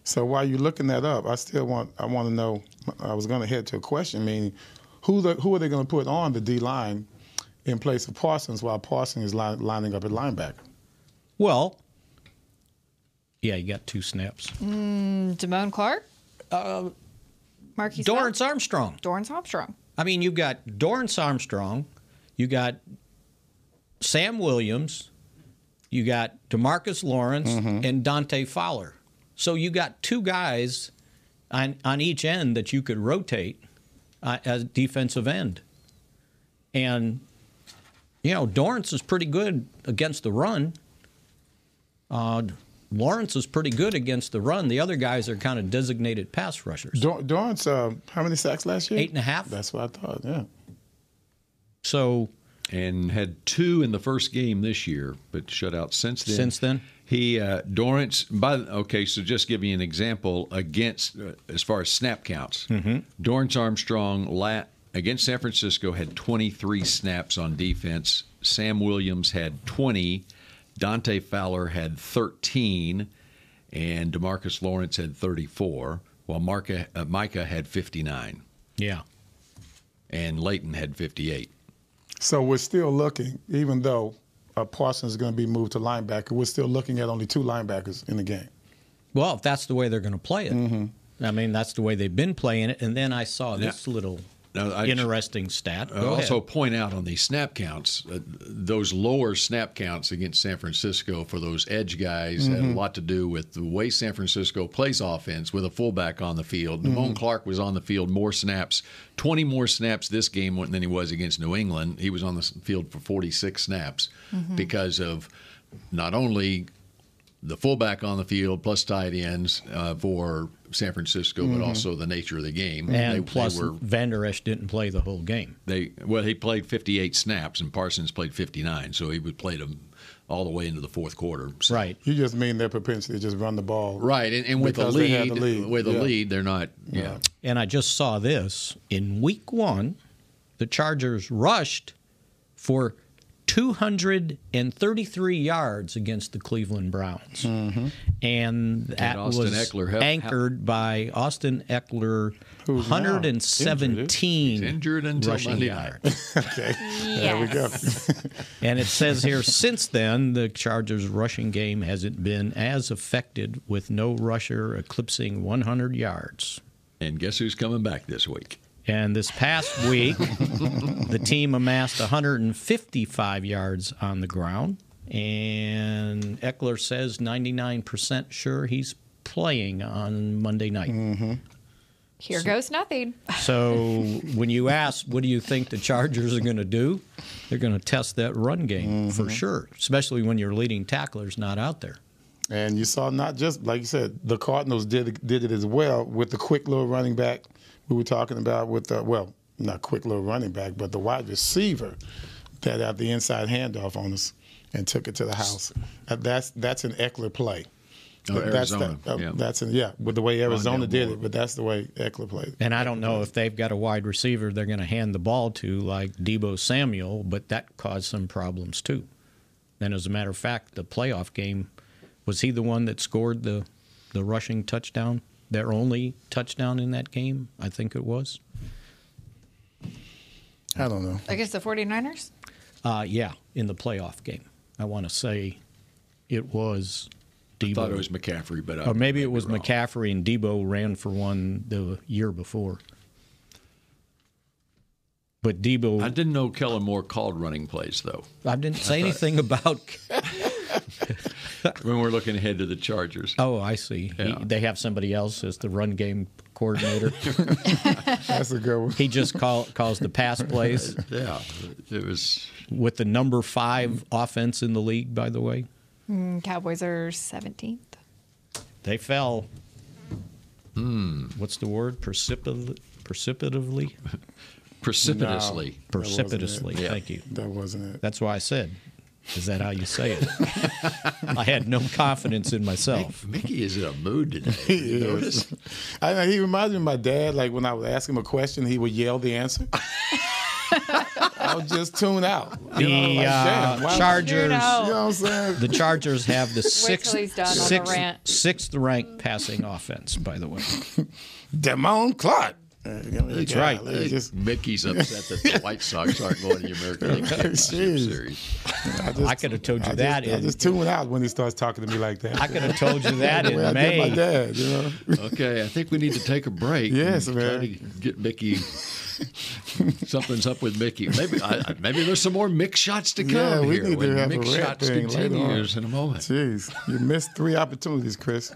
[SPEAKER 2] So while you're looking that up, I still want I want to know. I was going to head to a question, meaning who the, who are they going to put on the D line in place of Parsons while Parsons is line, lining up at linebacker?
[SPEAKER 4] Well, yeah, he got two snaps.
[SPEAKER 3] Mm, Damone Clark? Uh, Marquis
[SPEAKER 4] Dorrance Armstrong.
[SPEAKER 3] Dorrance Armstrong.
[SPEAKER 4] I mean, you've got Dorrance Armstrong, you got Sam Williams, you got Demarcus Lawrence, and Dante Fowler. So you got two guys on on each end that you could rotate uh, as defensive end, and you know Dorrance is pretty good against the run. Uh, Lawrence is pretty good against the run. The other guys are kind of designated pass rushers.
[SPEAKER 2] Dor- Dorrance, uh, how many sacks last year?
[SPEAKER 4] Eight and a half.
[SPEAKER 2] That's what I thought. Yeah.
[SPEAKER 4] So
[SPEAKER 1] and had two in the first game this year, but shut out since then.
[SPEAKER 4] Since then?
[SPEAKER 1] he uh, Dorrance. By the- okay, so just give you an example against uh, as far as snap counts.
[SPEAKER 4] Mhm.
[SPEAKER 1] Dorrance Armstrong la against San Francisco had 23 snaps on defense. Sam Williams had 20. Dante Fowler had 13, and Demarcus Lawrence had 34, while Marca, uh, Micah had 59,
[SPEAKER 4] yeah.
[SPEAKER 1] and Leighton had 58.
[SPEAKER 2] So we're still looking, even though uh, Parsons is going to be moved to linebacker. We're still looking at only two linebackers in the game.
[SPEAKER 4] Well, if that's the way they're going to play it,
[SPEAKER 1] Mm-hmm.
[SPEAKER 4] I mean, that's the way they've been playing it. And then I saw this little
[SPEAKER 1] Now, I-
[SPEAKER 4] interesting stat.
[SPEAKER 1] I'll
[SPEAKER 4] Go
[SPEAKER 1] Uh, also
[SPEAKER 4] ahead.
[SPEAKER 1] point out on these snap counts, uh, those lower snap counts against San Francisco for those edge guys had a
[SPEAKER 4] Mm-hmm.
[SPEAKER 2] Mhm.
[SPEAKER 1] lot to do with the way San Francisco plays offense with a fullback on the field. Damone
[SPEAKER 4] Mm-hmm.
[SPEAKER 2] Mhm.
[SPEAKER 1] Clark was on the field more snaps, 20 more snaps this game than he was against New England. He was on the s- field for 46 snaps
[SPEAKER 4] Mm-hmm.
[SPEAKER 8] Mhm.
[SPEAKER 1] because of not only the fullback on the field plus tight ends uh, for San Francisco,
[SPEAKER 4] Mhm.
[SPEAKER 1] but also the nature of the game.
[SPEAKER 4] and
[SPEAKER 1] They- they
[SPEAKER 4] plus,
[SPEAKER 1] were-
[SPEAKER 4] Van Der Esch didn't play the whole game.
[SPEAKER 1] they well, he played 58 snaps and Parsons played 59, so he would play them all the way into the fourth quarter. So-
[SPEAKER 4] Right.
[SPEAKER 2] You just mean their propensity to just run the ball.
[SPEAKER 1] Right, and, and with the
[SPEAKER 2] Because they had
[SPEAKER 1] lead,
[SPEAKER 2] the lead,
[SPEAKER 1] with the
[SPEAKER 2] yeah.
[SPEAKER 1] lead, they're not. Yeah.
[SPEAKER 4] And I just saw this in week one, the Chargers rushed for 233 yards against the Cleveland Browns.
[SPEAKER 1] Mm-hmm.
[SPEAKER 4] And that
[SPEAKER 1] Austin
[SPEAKER 4] was
[SPEAKER 1] Eckler helped-
[SPEAKER 4] anchored by Austin Eckler,
[SPEAKER 1] Who's now
[SPEAKER 4] 117
[SPEAKER 1] injured until
[SPEAKER 4] rushing
[SPEAKER 1] Monday
[SPEAKER 4] yards.
[SPEAKER 1] night.
[SPEAKER 2] okay. There we go.
[SPEAKER 4] And it says here, since then, the Chargers' rushing game hasn't been as affected with no rusher eclipsing 100 yards.
[SPEAKER 1] And guess who's coming back this week?
[SPEAKER 4] And this past week, the team amassed 155 yards on the ground. And Eckler says 99% sure he's playing on Monday night.
[SPEAKER 3] Here goes nothing.
[SPEAKER 4] So when you ask, what do you think the Chargers are going to do? They're going to test that run game for
[SPEAKER 2] Mhm.
[SPEAKER 4] sure, especially when your leading tackler's not out there.
[SPEAKER 2] And you saw not just like you said, the Cardinals did did it as well with the quick little running back we were talking about with uh, well, not quick little running back, but the wide receiver that had the inside handoff on us and took it to the house. Uh, that's that's an Eckler play.
[SPEAKER 1] Oh,
[SPEAKER 2] that's
[SPEAKER 1] Arizona,
[SPEAKER 2] The, uh,
[SPEAKER 1] yeah.
[SPEAKER 2] That's an, yeah, with the way Arizona
[SPEAKER 4] Rondale
[SPEAKER 2] did it, but that's the way Eckler played.
[SPEAKER 4] And I don't know if they've got a wide receiver they're going to hand the ball to like Debo Samuel, but that caused some problems too. And as a matter of fact, the playoff game was he the one that scored the the rushing touchdown, their only touchdown in that game? I think it was.
[SPEAKER 2] I don't know.
[SPEAKER 3] Against the 49ers?
[SPEAKER 4] Uh, yeah, in the playoff game. I want to say it was Debo.
[SPEAKER 1] I thought it was McCaffrey, but I
[SPEAKER 4] or maybe it was McCaffrey and Debo ran for one the year before. But Debo,
[SPEAKER 1] I didn't know Kellen Moore called running plays though.
[SPEAKER 4] I didn't say anything about.
[SPEAKER 1] when we're looking ahead to the Chargers.
[SPEAKER 4] Oh, I see. He-
[SPEAKER 1] Yeah.
[SPEAKER 4] they have somebody else as the run game coordinator.
[SPEAKER 2] That's a good one.
[SPEAKER 4] He just call, calls the pass plays
[SPEAKER 1] Yeah, it was.
[SPEAKER 4] with the number five offense in the league. By the way,
[SPEAKER 3] Mm, Cowboys are 17th.
[SPEAKER 4] they fell.
[SPEAKER 1] Hmm.
[SPEAKER 4] What's the word? Precipit- precipitously.
[SPEAKER 1] Precipitously.
[SPEAKER 2] that wasn't it.
[SPEAKER 4] Precipitously.
[SPEAKER 1] Yeah.
[SPEAKER 4] Thank you.
[SPEAKER 2] That wasn't it.
[SPEAKER 4] That's why I said, is that how you say it? I had no confidence in myself.
[SPEAKER 1] Mickey is in a mood today.
[SPEAKER 2] He is. I know he reminds me of my dad. Like when I would ask him a question, he would yell the answer. I would just tune out.
[SPEAKER 1] Oh,
[SPEAKER 4] The uh,
[SPEAKER 2] why-
[SPEAKER 4] Chargers.
[SPEAKER 2] You know what I'm saying?
[SPEAKER 4] The Chargers have the sixth,
[SPEAKER 3] he's done on the
[SPEAKER 4] sixth,
[SPEAKER 3] rant.
[SPEAKER 4] sixth ranked passing offense, by the way.
[SPEAKER 2] Damone Clark. That's
[SPEAKER 4] right.
[SPEAKER 2] Just,
[SPEAKER 1] Mickey's upset that the White Sox aren't going to the American League Championship
[SPEAKER 2] Jeez.
[SPEAKER 1] Series.
[SPEAKER 2] I, just,
[SPEAKER 4] I could have told you
[SPEAKER 2] I
[SPEAKER 4] that.
[SPEAKER 2] Just, I
[SPEAKER 4] in-
[SPEAKER 2] just tune out when he starts talking to me like that.
[SPEAKER 4] I could have told you that
[SPEAKER 2] The way
[SPEAKER 4] in
[SPEAKER 2] I did my
[SPEAKER 4] May.
[SPEAKER 2] dad. You know.
[SPEAKER 1] Okay, I think we need to take a break.
[SPEAKER 2] Yes,
[SPEAKER 1] and try
[SPEAKER 2] man.
[SPEAKER 1] to get Mickey. Something's up with Mickey. Maybe I, maybe there's some more mix shots to come
[SPEAKER 2] Yeah, we
[SPEAKER 1] here.
[SPEAKER 2] need to
[SPEAKER 1] when
[SPEAKER 2] have a
[SPEAKER 1] mix
[SPEAKER 2] rant
[SPEAKER 1] shots
[SPEAKER 2] thing later on.
[SPEAKER 1] continues in a moment.
[SPEAKER 2] Jeez, you missed three opportunities, Chris.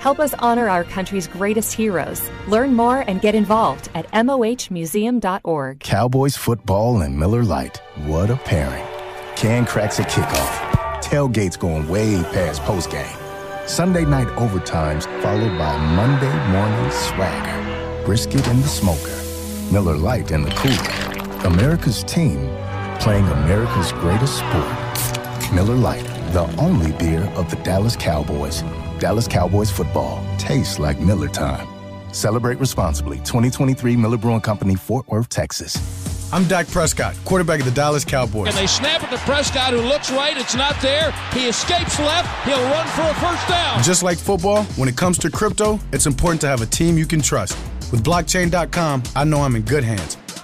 [SPEAKER 5] Help us honor our country's greatest heroes. Learn more and get involved at mohmuseum.org.
[SPEAKER 6] Cowboys football and Miller Lite. What a pairing. Can cracks a kickoff. Tailgates going way past postgame. Sunday night overtimes followed by Monday morning swagger. Brisket in the smoker. Miller Lite in the cooler. America's team playing America's greatest sport. Miller Lite, the only beer of the Dallas Cowboys. Dallas Cowboys football tastes like Miller time. Celebrate responsibly. 2023 Miller Brewing Company, Fort Worth, Texas.
[SPEAKER 8] I'm Dak Prescott, quarterback of the Dallas Cowboys.
[SPEAKER 10] And they snap it to Prescott, who looks right. It's not there. He escapes left. He'll run for a first down.
[SPEAKER 8] Just like football, when it comes to crypto, it's important to have a team you can trust. With blockchain.com, I know I'm in good hands.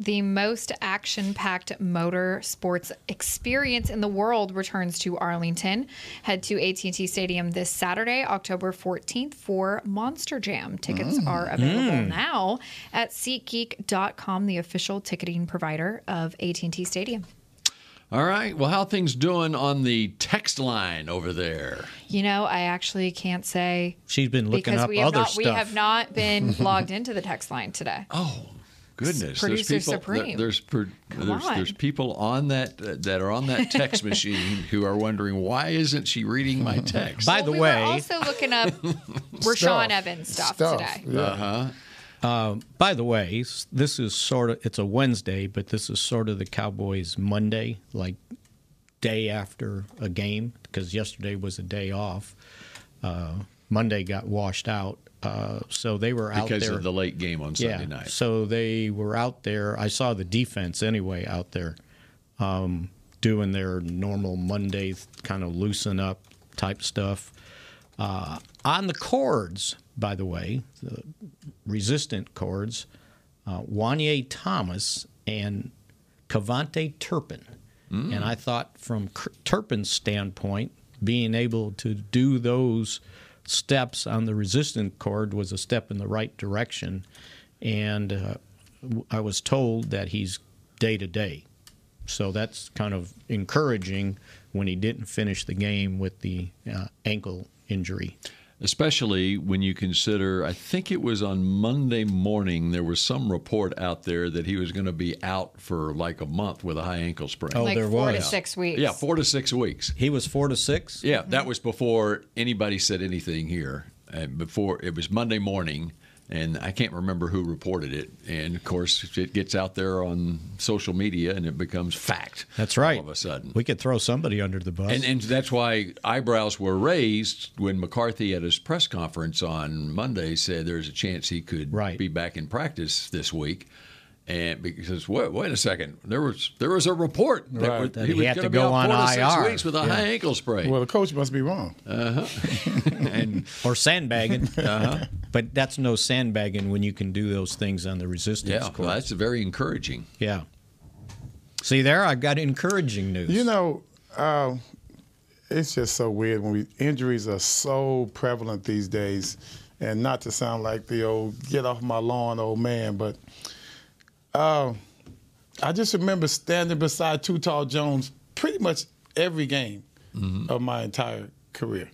[SPEAKER 3] The most action packed motor sports experience in the world returns to Arlington. Head to AT&T Stadium this Saturday, October 14th for Monster Jam. Tickets
[SPEAKER 4] Mm.
[SPEAKER 3] are available now at SeatGeek.com, the official ticketing provider of AT&T Stadium.
[SPEAKER 1] All right. Well, how things doing on the text line over there?
[SPEAKER 3] You know, I actually can't say
[SPEAKER 4] She's been looking
[SPEAKER 3] because
[SPEAKER 4] up
[SPEAKER 3] we have
[SPEAKER 4] other
[SPEAKER 3] not
[SPEAKER 4] stuff.
[SPEAKER 3] we have not been logged into the text line today.
[SPEAKER 1] Oh goodness! There's
[SPEAKER 3] producer
[SPEAKER 1] people.
[SPEAKER 3] supreme.
[SPEAKER 1] there- There's per, there's,
[SPEAKER 3] on.
[SPEAKER 1] there's people on that that are on that text machine who are wondering why isn't she reading my text?
[SPEAKER 4] By the
[SPEAKER 3] we
[SPEAKER 4] way,
[SPEAKER 3] were also looking up Rashawn
[SPEAKER 2] Stuff.
[SPEAKER 3] Evans stuff,
[SPEAKER 2] Stuff,
[SPEAKER 3] today.
[SPEAKER 2] yeah.
[SPEAKER 1] Uh-huh.
[SPEAKER 4] By the way, s- this is sort of it's a Wednesday, but this is sort of the Cowboys Monday, like day after a game, because yesterday was a day off. Uh, Monday got washed out, uh, so they were out
[SPEAKER 1] because
[SPEAKER 4] there
[SPEAKER 1] of the late game on Sunday
[SPEAKER 4] yeah,
[SPEAKER 1] night.
[SPEAKER 4] So they were out there. I saw the defense anyway out there um, doing their normal Monday kind of loosen up type stuff. Uh, on the cords, by the way, the resistant cords, uh, Wanye Thomas and Cavante Turpin. And I thought, from Cur- Turpin's standpoint, being able to do those steps on the resistance cord was a step in the right direction. And uh, w- I was told that he's day to day. So that's kind of encouraging when he didn't finish the game with the uh, ankle injury.
[SPEAKER 1] Especially when you consider, I think it was on Monday morning, there was some report out there that he was going to be out for like a month with a high ankle sprain.
[SPEAKER 4] Oh, Like there
[SPEAKER 3] four to was. six weeks.
[SPEAKER 1] Yeah, four to six weeks.
[SPEAKER 4] He was four to six?
[SPEAKER 1] Yeah, that was before anybody said anything here. And before it was Monday morning, and I can't remember who reported it. And of course, it gets out there on social media and it becomes fact.
[SPEAKER 4] That's right.
[SPEAKER 1] All of a sudden.
[SPEAKER 4] We could throw somebody under the bus.
[SPEAKER 1] And, and that's why eyebrows were raised when McCarthy at his press conference on Monday said there's a chance he could be back in practice this week. And because wait, wait a second, there was there was a report that,
[SPEAKER 2] Right.
[SPEAKER 1] was,
[SPEAKER 2] That
[SPEAKER 1] he
[SPEAKER 2] he
[SPEAKER 1] was
[SPEAKER 2] had to
[SPEAKER 1] going be
[SPEAKER 2] go
[SPEAKER 1] out
[SPEAKER 2] on
[SPEAKER 1] four to six
[SPEAKER 2] IR.
[SPEAKER 1] weeks with a
[SPEAKER 2] Yeah.
[SPEAKER 1] high ankle sprain.
[SPEAKER 2] Well, the coach must be wrong.
[SPEAKER 1] Uh huh. and
[SPEAKER 4] or sandbagging.
[SPEAKER 1] Uh-huh.
[SPEAKER 4] But that's no sandbagging when you can do those things on the resistance
[SPEAKER 1] yeah,
[SPEAKER 4] course.
[SPEAKER 1] well, that's very encouraging.
[SPEAKER 4] Yeah. See there, I've got encouraging news.
[SPEAKER 2] You know, uh, it's just so weird when we, injuries are so prevalent these days, and not to sound like the old "get off my lawn" old man, but uh, I just remember standing beside Too Tall Jones pretty much every game of my entire career.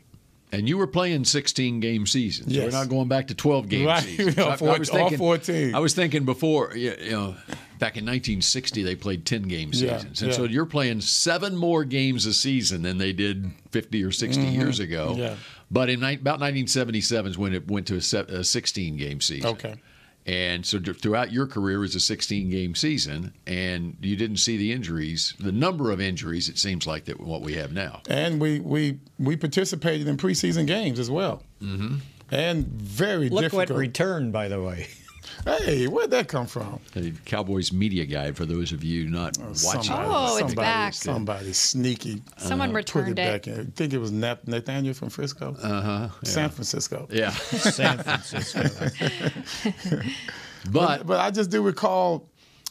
[SPEAKER 1] And you were playing 16 game seasons.
[SPEAKER 2] Yes.
[SPEAKER 1] We're not going back to 12 game
[SPEAKER 2] Right.
[SPEAKER 1] seasons.
[SPEAKER 2] Or four- or
[SPEAKER 1] 14. I was thinking before, you you know, back in 1960, they played 10 game
[SPEAKER 2] Yeah,
[SPEAKER 1] seasons. And
[SPEAKER 2] yeah.
[SPEAKER 1] so you're playing seven more games a season than they did 50 or 60
[SPEAKER 2] Mhm.
[SPEAKER 1] years ago.
[SPEAKER 2] Yeah.
[SPEAKER 1] But in ni- about 1977 is when it went to a se- a 16 game season.
[SPEAKER 2] Okay.
[SPEAKER 1] And so th- throughout your career is a 16 game season, and you didn't see the injuries, the number of injuries, it seems like, that what we have now.
[SPEAKER 2] And we we we participated in preseason games as well,
[SPEAKER 1] Mm-hmm.
[SPEAKER 2] and very
[SPEAKER 4] Look
[SPEAKER 2] difficult.
[SPEAKER 4] what returned, by the way.
[SPEAKER 2] hey, where'd that come from?
[SPEAKER 1] The Cowboys media guide for those of you not watching.
[SPEAKER 2] Somebody-
[SPEAKER 3] Oh, it's
[SPEAKER 2] somebody-
[SPEAKER 3] back.
[SPEAKER 2] Somebody sneaky. uh,
[SPEAKER 3] Someone
[SPEAKER 2] put
[SPEAKER 3] returned it.
[SPEAKER 2] Back in. I think it was Nat- Nathaniel from Frisco. Uh
[SPEAKER 1] huh.
[SPEAKER 2] San Francisco.
[SPEAKER 1] Yeah.
[SPEAKER 4] San Francisco.
[SPEAKER 1] but
[SPEAKER 2] but I just do recall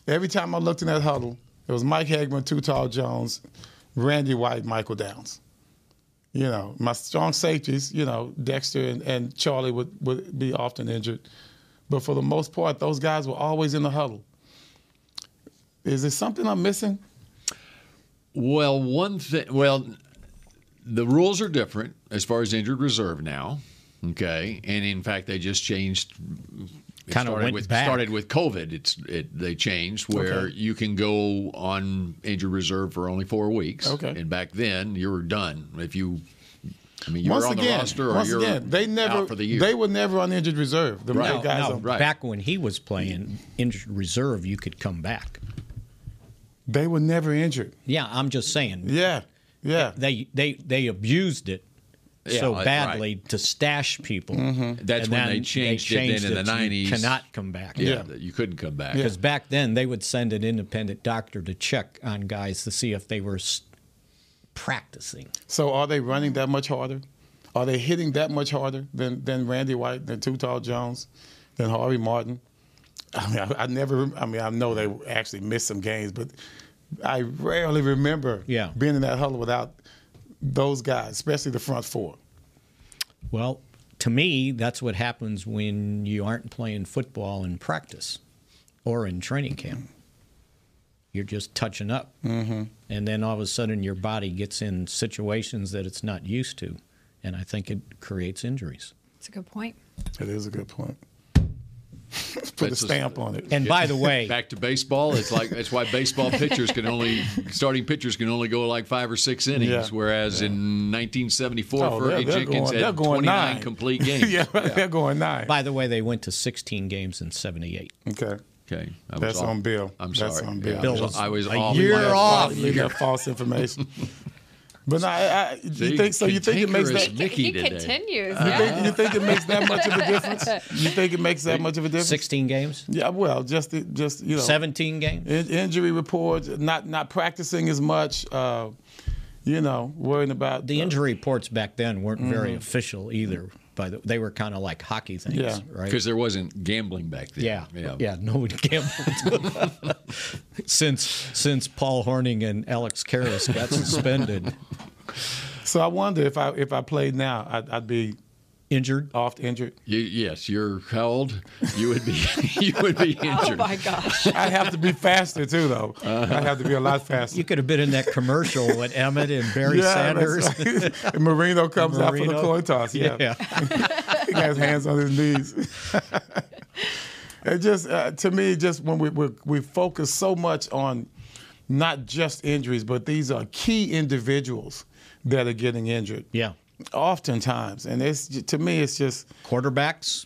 [SPEAKER 2] every time I looked in that huddle, it was Mike Hagman, Too Tall Jones, Randy White, Michael Downs. You know, my strong safeties, you know, Dexter and, and Charlie would, would be often injured. But for the most part, those guys were always in the huddle. Is there something I'm missing?
[SPEAKER 1] Well, one thing. Well, the rules are different as far as injured reserve now. Okay, and in fact, they just changed. it
[SPEAKER 4] Kinda
[SPEAKER 1] started
[SPEAKER 4] went
[SPEAKER 1] with
[SPEAKER 4] back.
[SPEAKER 1] started with COVID. It's it they changed where
[SPEAKER 4] Okay.
[SPEAKER 1] you can go on injured reserve for only four weeks.
[SPEAKER 2] Okay.
[SPEAKER 1] and back then you were done if you. I mean, you
[SPEAKER 2] once
[SPEAKER 1] were on
[SPEAKER 2] again,
[SPEAKER 1] the roster or
[SPEAKER 2] once
[SPEAKER 1] you're
[SPEAKER 2] again, they never
[SPEAKER 1] out for the year.
[SPEAKER 2] they were never on injured reserve. The
[SPEAKER 4] Right.
[SPEAKER 2] right. guys
[SPEAKER 4] No,
[SPEAKER 2] on-
[SPEAKER 4] Back when he was playing injured reserve, you could come back.
[SPEAKER 2] They were never injured.
[SPEAKER 4] Yeah, I'm just saying.
[SPEAKER 2] Yeah, yeah.
[SPEAKER 4] They they they abused it
[SPEAKER 1] Yeah,
[SPEAKER 4] so
[SPEAKER 1] right.
[SPEAKER 4] badly to stash people.
[SPEAKER 2] Mm-hmm.
[SPEAKER 1] Mhm. That's
[SPEAKER 4] And
[SPEAKER 1] when
[SPEAKER 4] then
[SPEAKER 1] they changed it then
[SPEAKER 4] they changed
[SPEAKER 1] in the
[SPEAKER 4] it to you
[SPEAKER 1] 90s.
[SPEAKER 4] Cannot come back.
[SPEAKER 1] Yeah, that you couldn't come back.
[SPEAKER 4] Because back then they would send an independent doctor to check on guys to see if they were s- practicing.
[SPEAKER 2] So are they running that much harder? Are they hitting that much harder than than Randy White, than Too Tall Jones, than Harvey Martin? I mean, I, I never. I mean, I know they actually missed some games, but I rarely remember
[SPEAKER 4] Yeah.
[SPEAKER 2] being in that huddle without those guys, especially the front four.
[SPEAKER 4] Well, to me, that's what happens when you aren't playing football in practice or in training camp. You're just touching up.
[SPEAKER 2] Mm-hmm.
[SPEAKER 4] And then all of a sudden, your body gets in situations that it's not used to. And I think it creates injuries.
[SPEAKER 3] That's a good point.
[SPEAKER 2] That is a good point. Put a
[SPEAKER 1] That's
[SPEAKER 2] stamp on it.
[SPEAKER 4] And by the way-
[SPEAKER 1] back to baseball. It's like that's why baseball pitchers can only starting pitchers can only go like five or six innings,
[SPEAKER 2] Yeah.
[SPEAKER 1] whereas in 1974,
[SPEAKER 2] Oh,
[SPEAKER 1] Fergie
[SPEAKER 2] they're- they're
[SPEAKER 1] Jenkins
[SPEAKER 2] going- they're
[SPEAKER 1] had
[SPEAKER 2] going
[SPEAKER 1] 29
[SPEAKER 2] nine.
[SPEAKER 1] complete games.
[SPEAKER 2] Yeah, they're going nine.
[SPEAKER 4] By the way, they went to 16 games in 78.
[SPEAKER 2] Okay.
[SPEAKER 1] Okay. I was
[SPEAKER 2] That's
[SPEAKER 1] off-
[SPEAKER 2] on Bill.
[SPEAKER 1] I'm
[SPEAKER 2] That's
[SPEAKER 1] sorry.
[SPEAKER 2] on Bill.
[SPEAKER 1] Yeah, I was- I was off
[SPEAKER 2] You're
[SPEAKER 1] by a
[SPEAKER 2] off.
[SPEAKER 1] lot.
[SPEAKER 2] You got false information. But no, I, I,
[SPEAKER 1] See,
[SPEAKER 2] you think so? You think it makes
[SPEAKER 1] cantankerous
[SPEAKER 2] that?
[SPEAKER 1] Mickey
[SPEAKER 3] He
[SPEAKER 1] today.
[SPEAKER 3] continues.
[SPEAKER 2] You
[SPEAKER 3] yeah.
[SPEAKER 2] think, you think it makes that much of a difference? You think it makes that much of a difference?
[SPEAKER 4] 16 games?
[SPEAKER 2] Yeah, well, just the- just you know,
[SPEAKER 4] 17 games?
[SPEAKER 2] in- injury reports, not not practicing as much, uh, you know, worrying about
[SPEAKER 4] The injury reports back then weren't very
[SPEAKER 2] Mhm.
[SPEAKER 4] official either. by the they were kind of like hockey things, right?
[SPEAKER 1] Because there wasn't gambling back then.
[SPEAKER 4] Yeah, yeah, Nobody gambled since since Paul Horning and Alex Karras got suspended.
[SPEAKER 2] So I wonder if I if I played now, I'd, I'd be
[SPEAKER 4] injured,
[SPEAKER 2] off injured.
[SPEAKER 1] You, yes, you're how old? You would be. You would be injured.
[SPEAKER 3] gosh!
[SPEAKER 2] I have to be faster too, though.
[SPEAKER 1] Uh-huh.
[SPEAKER 2] I have to be a lot faster.
[SPEAKER 4] You could have been in that commercial with Emmett and Barry
[SPEAKER 2] Yeah,
[SPEAKER 4] Sanders.
[SPEAKER 2] that's right. And Marino comes out for
[SPEAKER 4] Marino.
[SPEAKER 2] the coin toss. Yeah,
[SPEAKER 4] Yeah.
[SPEAKER 2] he got his hands on his knees. it just uh, to me, just when we we we focus so much on not just injuries, but these are key individuals that are getting injured.
[SPEAKER 4] Yeah,
[SPEAKER 2] oftentimes, and it's to me, it's just
[SPEAKER 4] quarterbacks.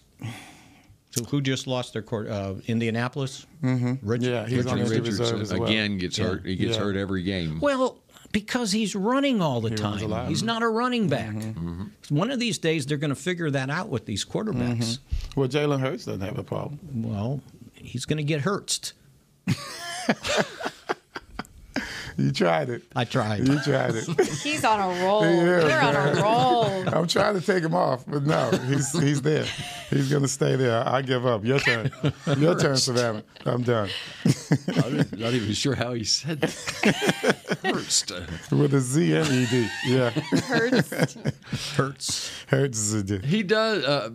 [SPEAKER 4] So who just lost their court? Uh, Indianapolis.
[SPEAKER 2] Mhm.
[SPEAKER 4] Rich-
[SPEAKER 2] Yeah, he's on
[SPEAKER 4] Richard
[SPEAKER 2] injury reserve as
[SPEAKER 4] Richardson.
[SPEAKER 2] well.
[SPEAKER 1] Again, gets
[SPEAKER 4] Yeah.
[SPEAKER 1] hurt. He gets
[SPEAKER 4] Yeah.
[SPEAKER 1] hurt every game.
[SPEAKER 4] Well, because he's running all the
[SPEAKER 1] He runs a
[SPEAKER 4] time.
[SPEAKER 1] lot. Mm-hmm.
[SPEAKER 4] He's not a running back. Mm-hmm. One of these days, they're going to figure that out with these quarterbacks.
[SPEAKER 2] Well, Jalen Hurts doesn't have a problem.
[SPEAKER 1] Mm-hmm.
[SPEAKER 4] Well, he's going to get hurts.
[SPEAKER 2] you tried it.
[SPEAKER 4] I tried.
[SPEAKER 2] You tried it.
[SPEAKER 3] He's on a roll.
[SPEAKER 2] He is,
[SPEAKER 3] You're on
[SPEAKER 2] man.
[SPEAKER 3] a roll.
[SPEAKER 2] I'm trying to take him off, but no, he's he's there. He's gonna stay there. I give up. Your turn. Your turn, Savannah. I'm done.
[SPEAKER 1] I'm not even sure how he said that. Hurst.
[SPEAKER 2] With a Z and E D. Yeah.
[SPEAKER 3] Hurts.
[SPEAKER 4] Hurts.
[SPEAKER 2] Hurts.
[SPEAKER 1] He does. Uh,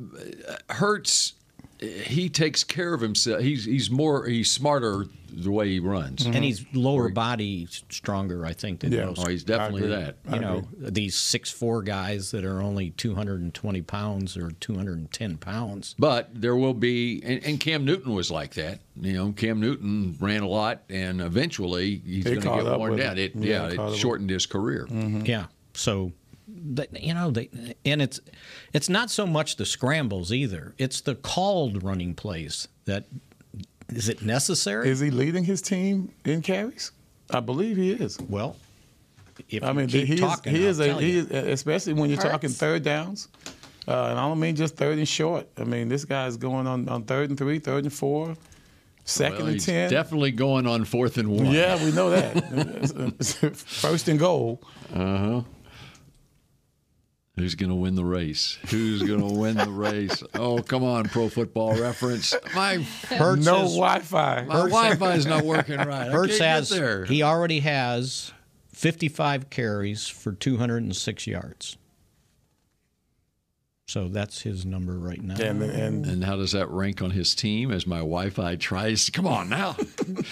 [SPEAKER 1] Hurts. He takes care of himself. He's he's more he's smarter the way he runs,
[SPEAKER 4] And he's lower body stronger, I think, than
[SPEAKER 1] Mm-hmm. Yeah.
[SPEAKER 4] most.
[SPEAKER 1] Oh, he's definitely I agree. that. I
[SPEAKER 4] You know, these six four guys that are only 220 pounds or 210 pounds.
[SPEAKER 1] But there will be, and, and Cam Newton was like that. You know, Cam Newton ran a lot, and eventually he's
[SPEAKER 4] It
[SPEAKER 1] going to
[SPEAKER 4] caught
[SPEAKER 1] get
[SPEAKER 4] up
[SPEAKER 1] worn
[SPEAKER 4] with
[SPEAKER 1] down.
[SPEAKER 4] him.
[SPEAKER 1] It,
[SPEAKER 4] Yeah,
[SPEAKER 1] yeah, it
[SPEAKER 4] it caught up with Mm-hmm.
[SPEAKER 1] shortened his career.
[SPEAKER 4] Yeah. So, they, you know, they and it's it's not so much the scrambles either. It's the called running plays that is it necessary?
[SPEAKER 2] Is he leading his team in carries? I believe he is.
[SPEAKER 4] Well, if
[SPEAKER 2] I
[SPEAKER 4] you
[SPEAKER 2] mean,
[SPEAKER 4] keep
[SPEAKER 2] he
[SPEAKER 4] talking,
[SPEAKER 2] is. He
[SPEAKER 4] I'll
[SPEAKER 2] is. A,
[SPEAKER 4] tell
[SPEAKER 2] he
[SPEAKER 4] you.
[SPEAKER 2] is especially when you're talking
[SPEAKER 4] Hurts.
[SPEAKER 2] third downs. Uh, and I don't mean just third and short. I mean this guy's going on, on third and three, third and four, second
[SPEAKER 1] Well,
[SPEAKER 2] and
[SPEAKER 1] he's
[SPEAKER 2] ten.
[SPEAKER 1] definitely going on fourth and one.
[SPEAKER 2] Yeah, we know that. First and goal.
[SPEAKER 1] Uh huh. Who's going to win the race? Who's going to win the race? Oh, come on, Pro Football Reference. My
[SPEAKER 4] Hertz
[SPEAKER 2] no
[SPEAKER 4] is-
[SPEAKER 2] Wi-Fi.
[SPEAKER 1] My Wi-Fi is not working right. I
[SPEAKER 4] Hertz
[SPEAKER 1] can't get
[SPEAKER 4] has
[SPEAKER 1] there.
[SPEAKER 4] he already has 55 carries for 206 yards. So that's his number right now.
[SPEAKER 1] And how does that rank on his team as my Wi-Fi tries? Come on now.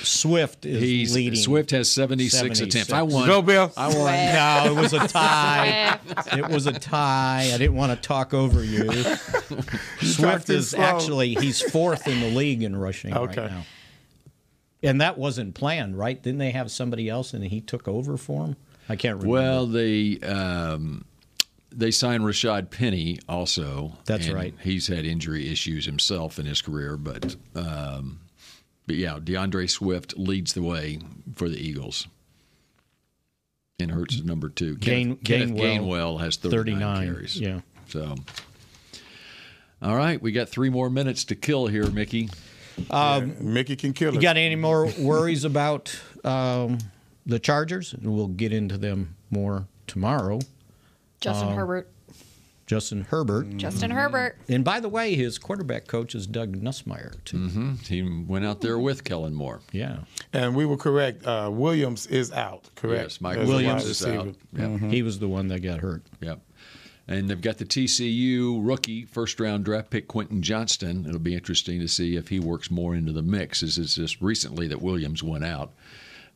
[SPEAKER 4] Swift is
[SPEAKER 1] He's-
[SPEAKER 4] leading.
[SPEAKER 1] Swift has 76, attempts. I won.
[SPEAKER 2] Go, Bill.
[SPEAKER 1] I won.
[SPEAKER 4] No, it was a tie. it was a tie. I didn't want to talk over you. Swift
[SPEAKER 2] talked too
[SPEAKER 4] is
[SPEAKER 2] slow.
[SPEAKER 4] actually he's fourth in the league in rushing
[SPEAKER 2] Okay.
[SPEAKER 4] right now. And that wasn't planned, right? Didn't they have somebody else and he took over for him? I can't remember.
[SPEAKER 1] Well, they um, they signed Rashad Penny also.
[SPEAKER 4] That's
[SPEAKER 1] and
[SPEAKER 4] right.
[SPEAKER 1] He's had injury issues himself in his career, but um, but yeah, DeAndre Swift leads the way for the Eagles. And Hurts is number two.
[SPEAKER 4] Gain-
[SPEAKER 1] Kenneth, Kenneth
[SPEAKER 4] Gainwell
[SPEAKER 1] Gainwell has 39,
[SPEAKER 4] 39,
[SPEAKER 1] carries.
[SPEAKER 4] yeah.
[SPEAKER 1] So, all right, we got three more minutes to kill here, Mickey.
[SPEAKER 4] Um,
[SPEAKER 2] Mickey can kill
[SPEAKER 4] You got any more worries about um, the Chargers? And We'll get into them more tomorrow.
[SPEAKER 3] Justin
[SPEAKER 4] Um,
[SPEAKER 3] Herbert.
[SPEAKER 4] Justin Herbert.
[SPEAKER 3] Justin Herbert.
[SPEAKER 4] And by the way, his quarterback coach is Doug Nussmeier, too.
[SPEAKER 1] hmm He went out there with Kellen Moore.
[SPEAKER 4] Yeah.
[SPEAKER 2] And we were correct. Uh, Williams is out. Correct.
[SPEAKER 1] Yes, Mike
[SPEAKER 2] As a
[SPEAKER 1] Williams
[SPEAKER 2] wide
[SPEAKER 1] is
[SPEAKER 2] receiver.
[SPEAKER 1] out. Yep.
[SPEAKER 4] He was the one that got hurt.
[SPEAKER 1] Yep. And they've got the TCU rookie first round draft pick Quentin Johnston. It'll be interesting to see if he works more into the mix as it's just recently that Williams went out.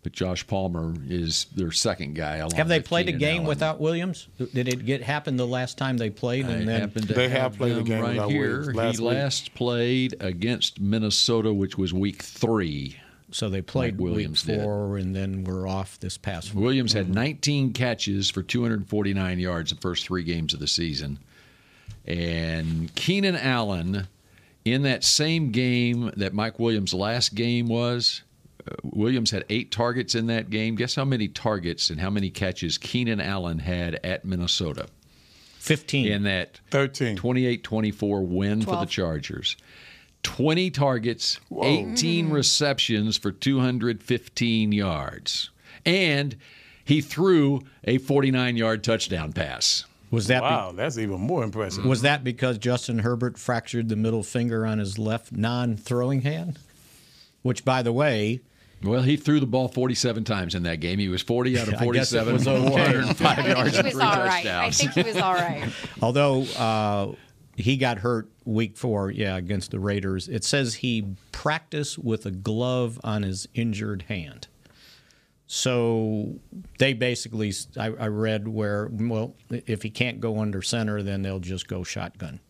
[SPEAKER 1] But Josh Palmer is their second guy. Along
[SPEAKER 4] Have they
[SPEAKER 1] with
[SPEAKER 4] played a
[SPEAKER 1] Keenan
[SPEAKER 4] game
[SPEAKER 1] Allen.
[SPEAKER 4] without Williams? Did it get happen the last time they played?
[SPEAKER 1] It
[SPEAKER 4] And then
[SPEAKER 1] happened to
[SPEAKER 2] They have
[SPEAKER 1] have
[SPEAKER 2] played a
[SPEAKER 1] them
[SPEAKER 2] game
[SPEAKER 1] right
[SPEAKER 2] without
[SPEAKER 1] here.
[SPEAKER 2] Williams last
[SPEAKER 1] he
[SPEAKER 2] week.
[SPEAKER 1] last played against Minnesota, which was week three.
[SPEAKER 4] so they played
[SPEAKER 1] Mike Williams
[SPEAKER 4] week
[SPEAKER 1] did.
[SPEAKER 4] four, and then we're off this past week.
[SPEAKER 1] Williams had 19 catches for 249 yards the first three games of the season. And Keenan Allen, in that same game that Mike Williams' last game was, uh, Williams had eight targets in that game. Guess how many targets and how many catches Keenan Allen had at Minnesota?
[SPEAKER 4] 15.
[SPEAKER 1] In that
[SPEAKER 2] 13.
[SPEAKER 1] 28 24 Hmm. win for the
[SPEAKER 3] Twelve.
[SPEAKER 1] Chargers. 20 targets,
[SPEAKER 3] Mm-hmm.
[SPEAKER 1] 18 receptions for 215 yards. And he threw a 49 yard touchdown pass.
[SPEAKER 4] Was that be-
[SPEAKER 2] wow? that's even more impressive.
[SPEAKER 4] Was that because Justin Herbert fractured the middle finger on his left non-throwing hand? Which, by the way,
[SPEAKER 1] well, he threw the ball 47 times in that game. He was 40 out of
[SPEAKER 4] I guess it
[SPEAKER 1] 47,
[SPEAKER 4] was okay.
[SPEAKER 1] 405
[SPEAKER 4] I think
[SPEAKER 1] yards
[SPEAKER 4] he
[SPEAKER 1] and
[SPEAKER 3] was
[SPEAKER 1] three
[SPEAKER 3] all right. I
[SPEAKER 1] touchdowns.
[SPEAKER 3] think he was all right.
[SPEAKER 4] Although uh, he got hurt week four, yeah, against the Raiders. It says he practiced with a glove on his injured hand. So they basically, I, I read where, well, if he can't go under center, then they'll just go shotgun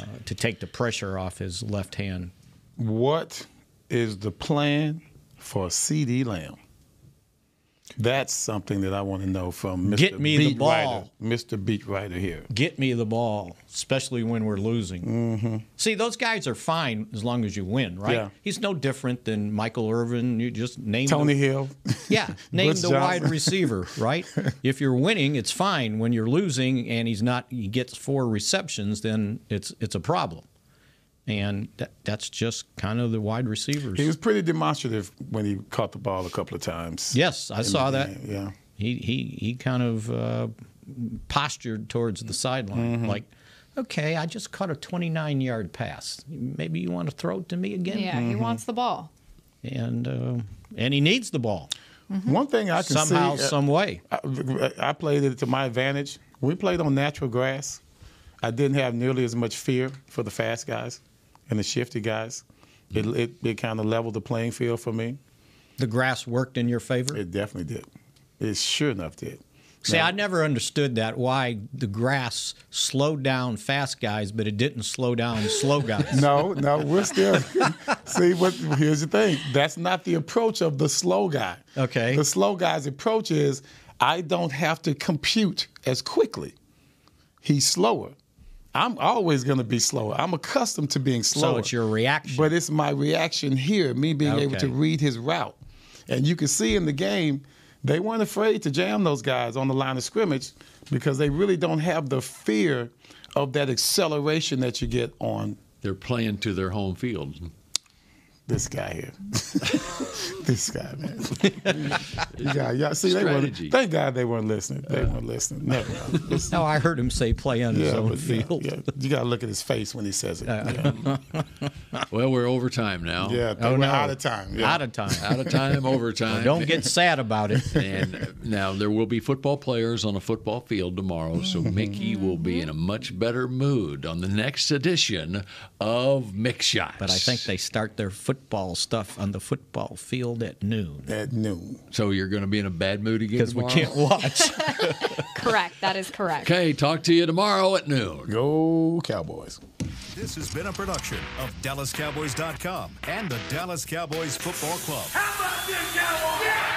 [SPEAKER 4] uh, to take the pressure off his left hand.
[SPEAKER 2] What is the plan for CD Lamb? That's something that I want to know from Mr.
[SPEAKER 4] Get me the
[SPEAKER 2] beat
[SPEAKER 4] ball.
[SPEAKER 2] Writer, Mr. Beat Writer here.
[SPEAKER 4] Get me the ball, especially when we're losing. Mm-hmm. See, those guys are fine as long as you win, right?
[SPEAKER 2] Yeah.
[SPEAKER 4] He's no different than Michael Irvin. You just name
[SPEAKER 2] Tony
[SPEAKER 4] the-
[SPEAKER 2] Hill.
[SPEAKER 4] Yeah, name
[SPEAKER 2] Blitz
[SPEAKER 4] the
[SPEAKER 2] Johnson.
[SPEAKER 4] wide receiver, right? if you're winning, it's fine. When you're losing and he's not, he gets four receptions, then it's it's a problem. And that, that's just kind of the wide receivers.
[SPEAKER 2] He was pretty demonstrative when he caught the ball a couple of times.
[SPEAKER 4] yes, I
[SPEAKER 2] In
[SPEAKER 4] saw
[SPEAKER 2] the
[SPEAKER 4] that.
[SPEAKER 2] game, Yeah.
[SPEAKER 4] He he he kind of uh, postured towards the sideline,
[SPEAKER 2] Mm-hmm.
[SPEAKER 4] like, okay, I just caught a 29 yard pass. Maybe you want to throw it to me again.
[SPEAKER 3] Yeah, he wants the ball.
[SPEAKER 4] And uh, and he needs the ball. Mm-hmm.
[SPEAKER 2] One thing I can
[SPEAKER 4] Somehow,
[SPEAKER 2] see, uh,
[SPEAKER 4] some way.
[SPEAKER 2] I, I played it to my advantage. We played on natural grass. I didn't have nearly as much fear for the fast guys and the shifty guys. It, it, it kind of leveled the playing field for me.
[SPEAKER 4] The grass worked in your favor.
[SPEAKER 2] It definitely did. It sure enough did.
[SPEAKER 4] See, I never understood that why the grass slowed down fast guys, but it didn't slow down slow guys.
[SPEAKER 2] No, no, we're still. see, what, here's the thing. That's not the approach of the slow guy.
[SPEAKER 4] Okay.
[SPEAKER 2] The slow guy's approach is I don't have to compute as quickly. He's slower. I'm always going to be slower. I'm accustomed to being slower.
[SPEAKER 4] So it's your reaction.
[SPEAKER 2] But it's my reaction here, me being able
[SPEAKER 4] Okay.
[SPEAKER 2] to read his route. And you can see in the game, they weren't afraid to jam those guys on the line of scrimmage because they really don't have the fear of that acceleration that you get on
[SPEAKER 1] They're playing to their home field.
[SPEAKER 2] this guy here. this guy, man. you got, y'all, see, they weren't,
[SPEAKER 1] Strategy.
[SPEAKER 2] thank God they weren't listening. They weren't listening. No, no. Listen.
[SPEAKER 4] No, I heard him say play on his
[SPEAKER 2] Yeah,
[SPEAKER 4] own
[SPEAKER 2] but yeah,
[SPEAKER 4] field. Uh,
[SPEAKER 2] yeah. You got to look at his face when he says it. Yeah,
[SPEAKER 1] Well, we're over time now.
[SPEAKER 2] yeah they
[SPEAKER 4] Oh,
[SPEAKER 2] were
[SPEAKER 4] no.
[SPEAKER 2] out of time. Yeah.
[SPEAKER 4] Out of time.
[SPEAKER 1] Out of time, overtime.
[SPEAKER 4] Don't get sad about it.
[SPEAKER 1] And uh, now there will be football players on a football field tomorrow, so
[SPEAKER 4] Mm-hmm.
[SPEAKER 1] Mickey will be in a much better mood on the next edition of Mix Shots.
[SPEAKER 4] But I think they start their football stuff on the football field at noon
[SPEAKER 2] At noon.
[SPEAKER 1] so. You're going to be in a bad mood again
[SPEAKER 4] because we
[SPEAKER 1] tomorrow.
[SPEAKER 4] can't watch.
[SPEAKER 3] Correct. That is correct.
[SPEAKER 1] Okay, talk to you tomorrow at noon.
[SPEAKER 2] Go Cowboys.
[SPEAKER 11] This has been a production of DallasCowboys.com and the Dallas Cowboys Football Club.
[SPEAKER 9] How about this, Cowboys? Yeah!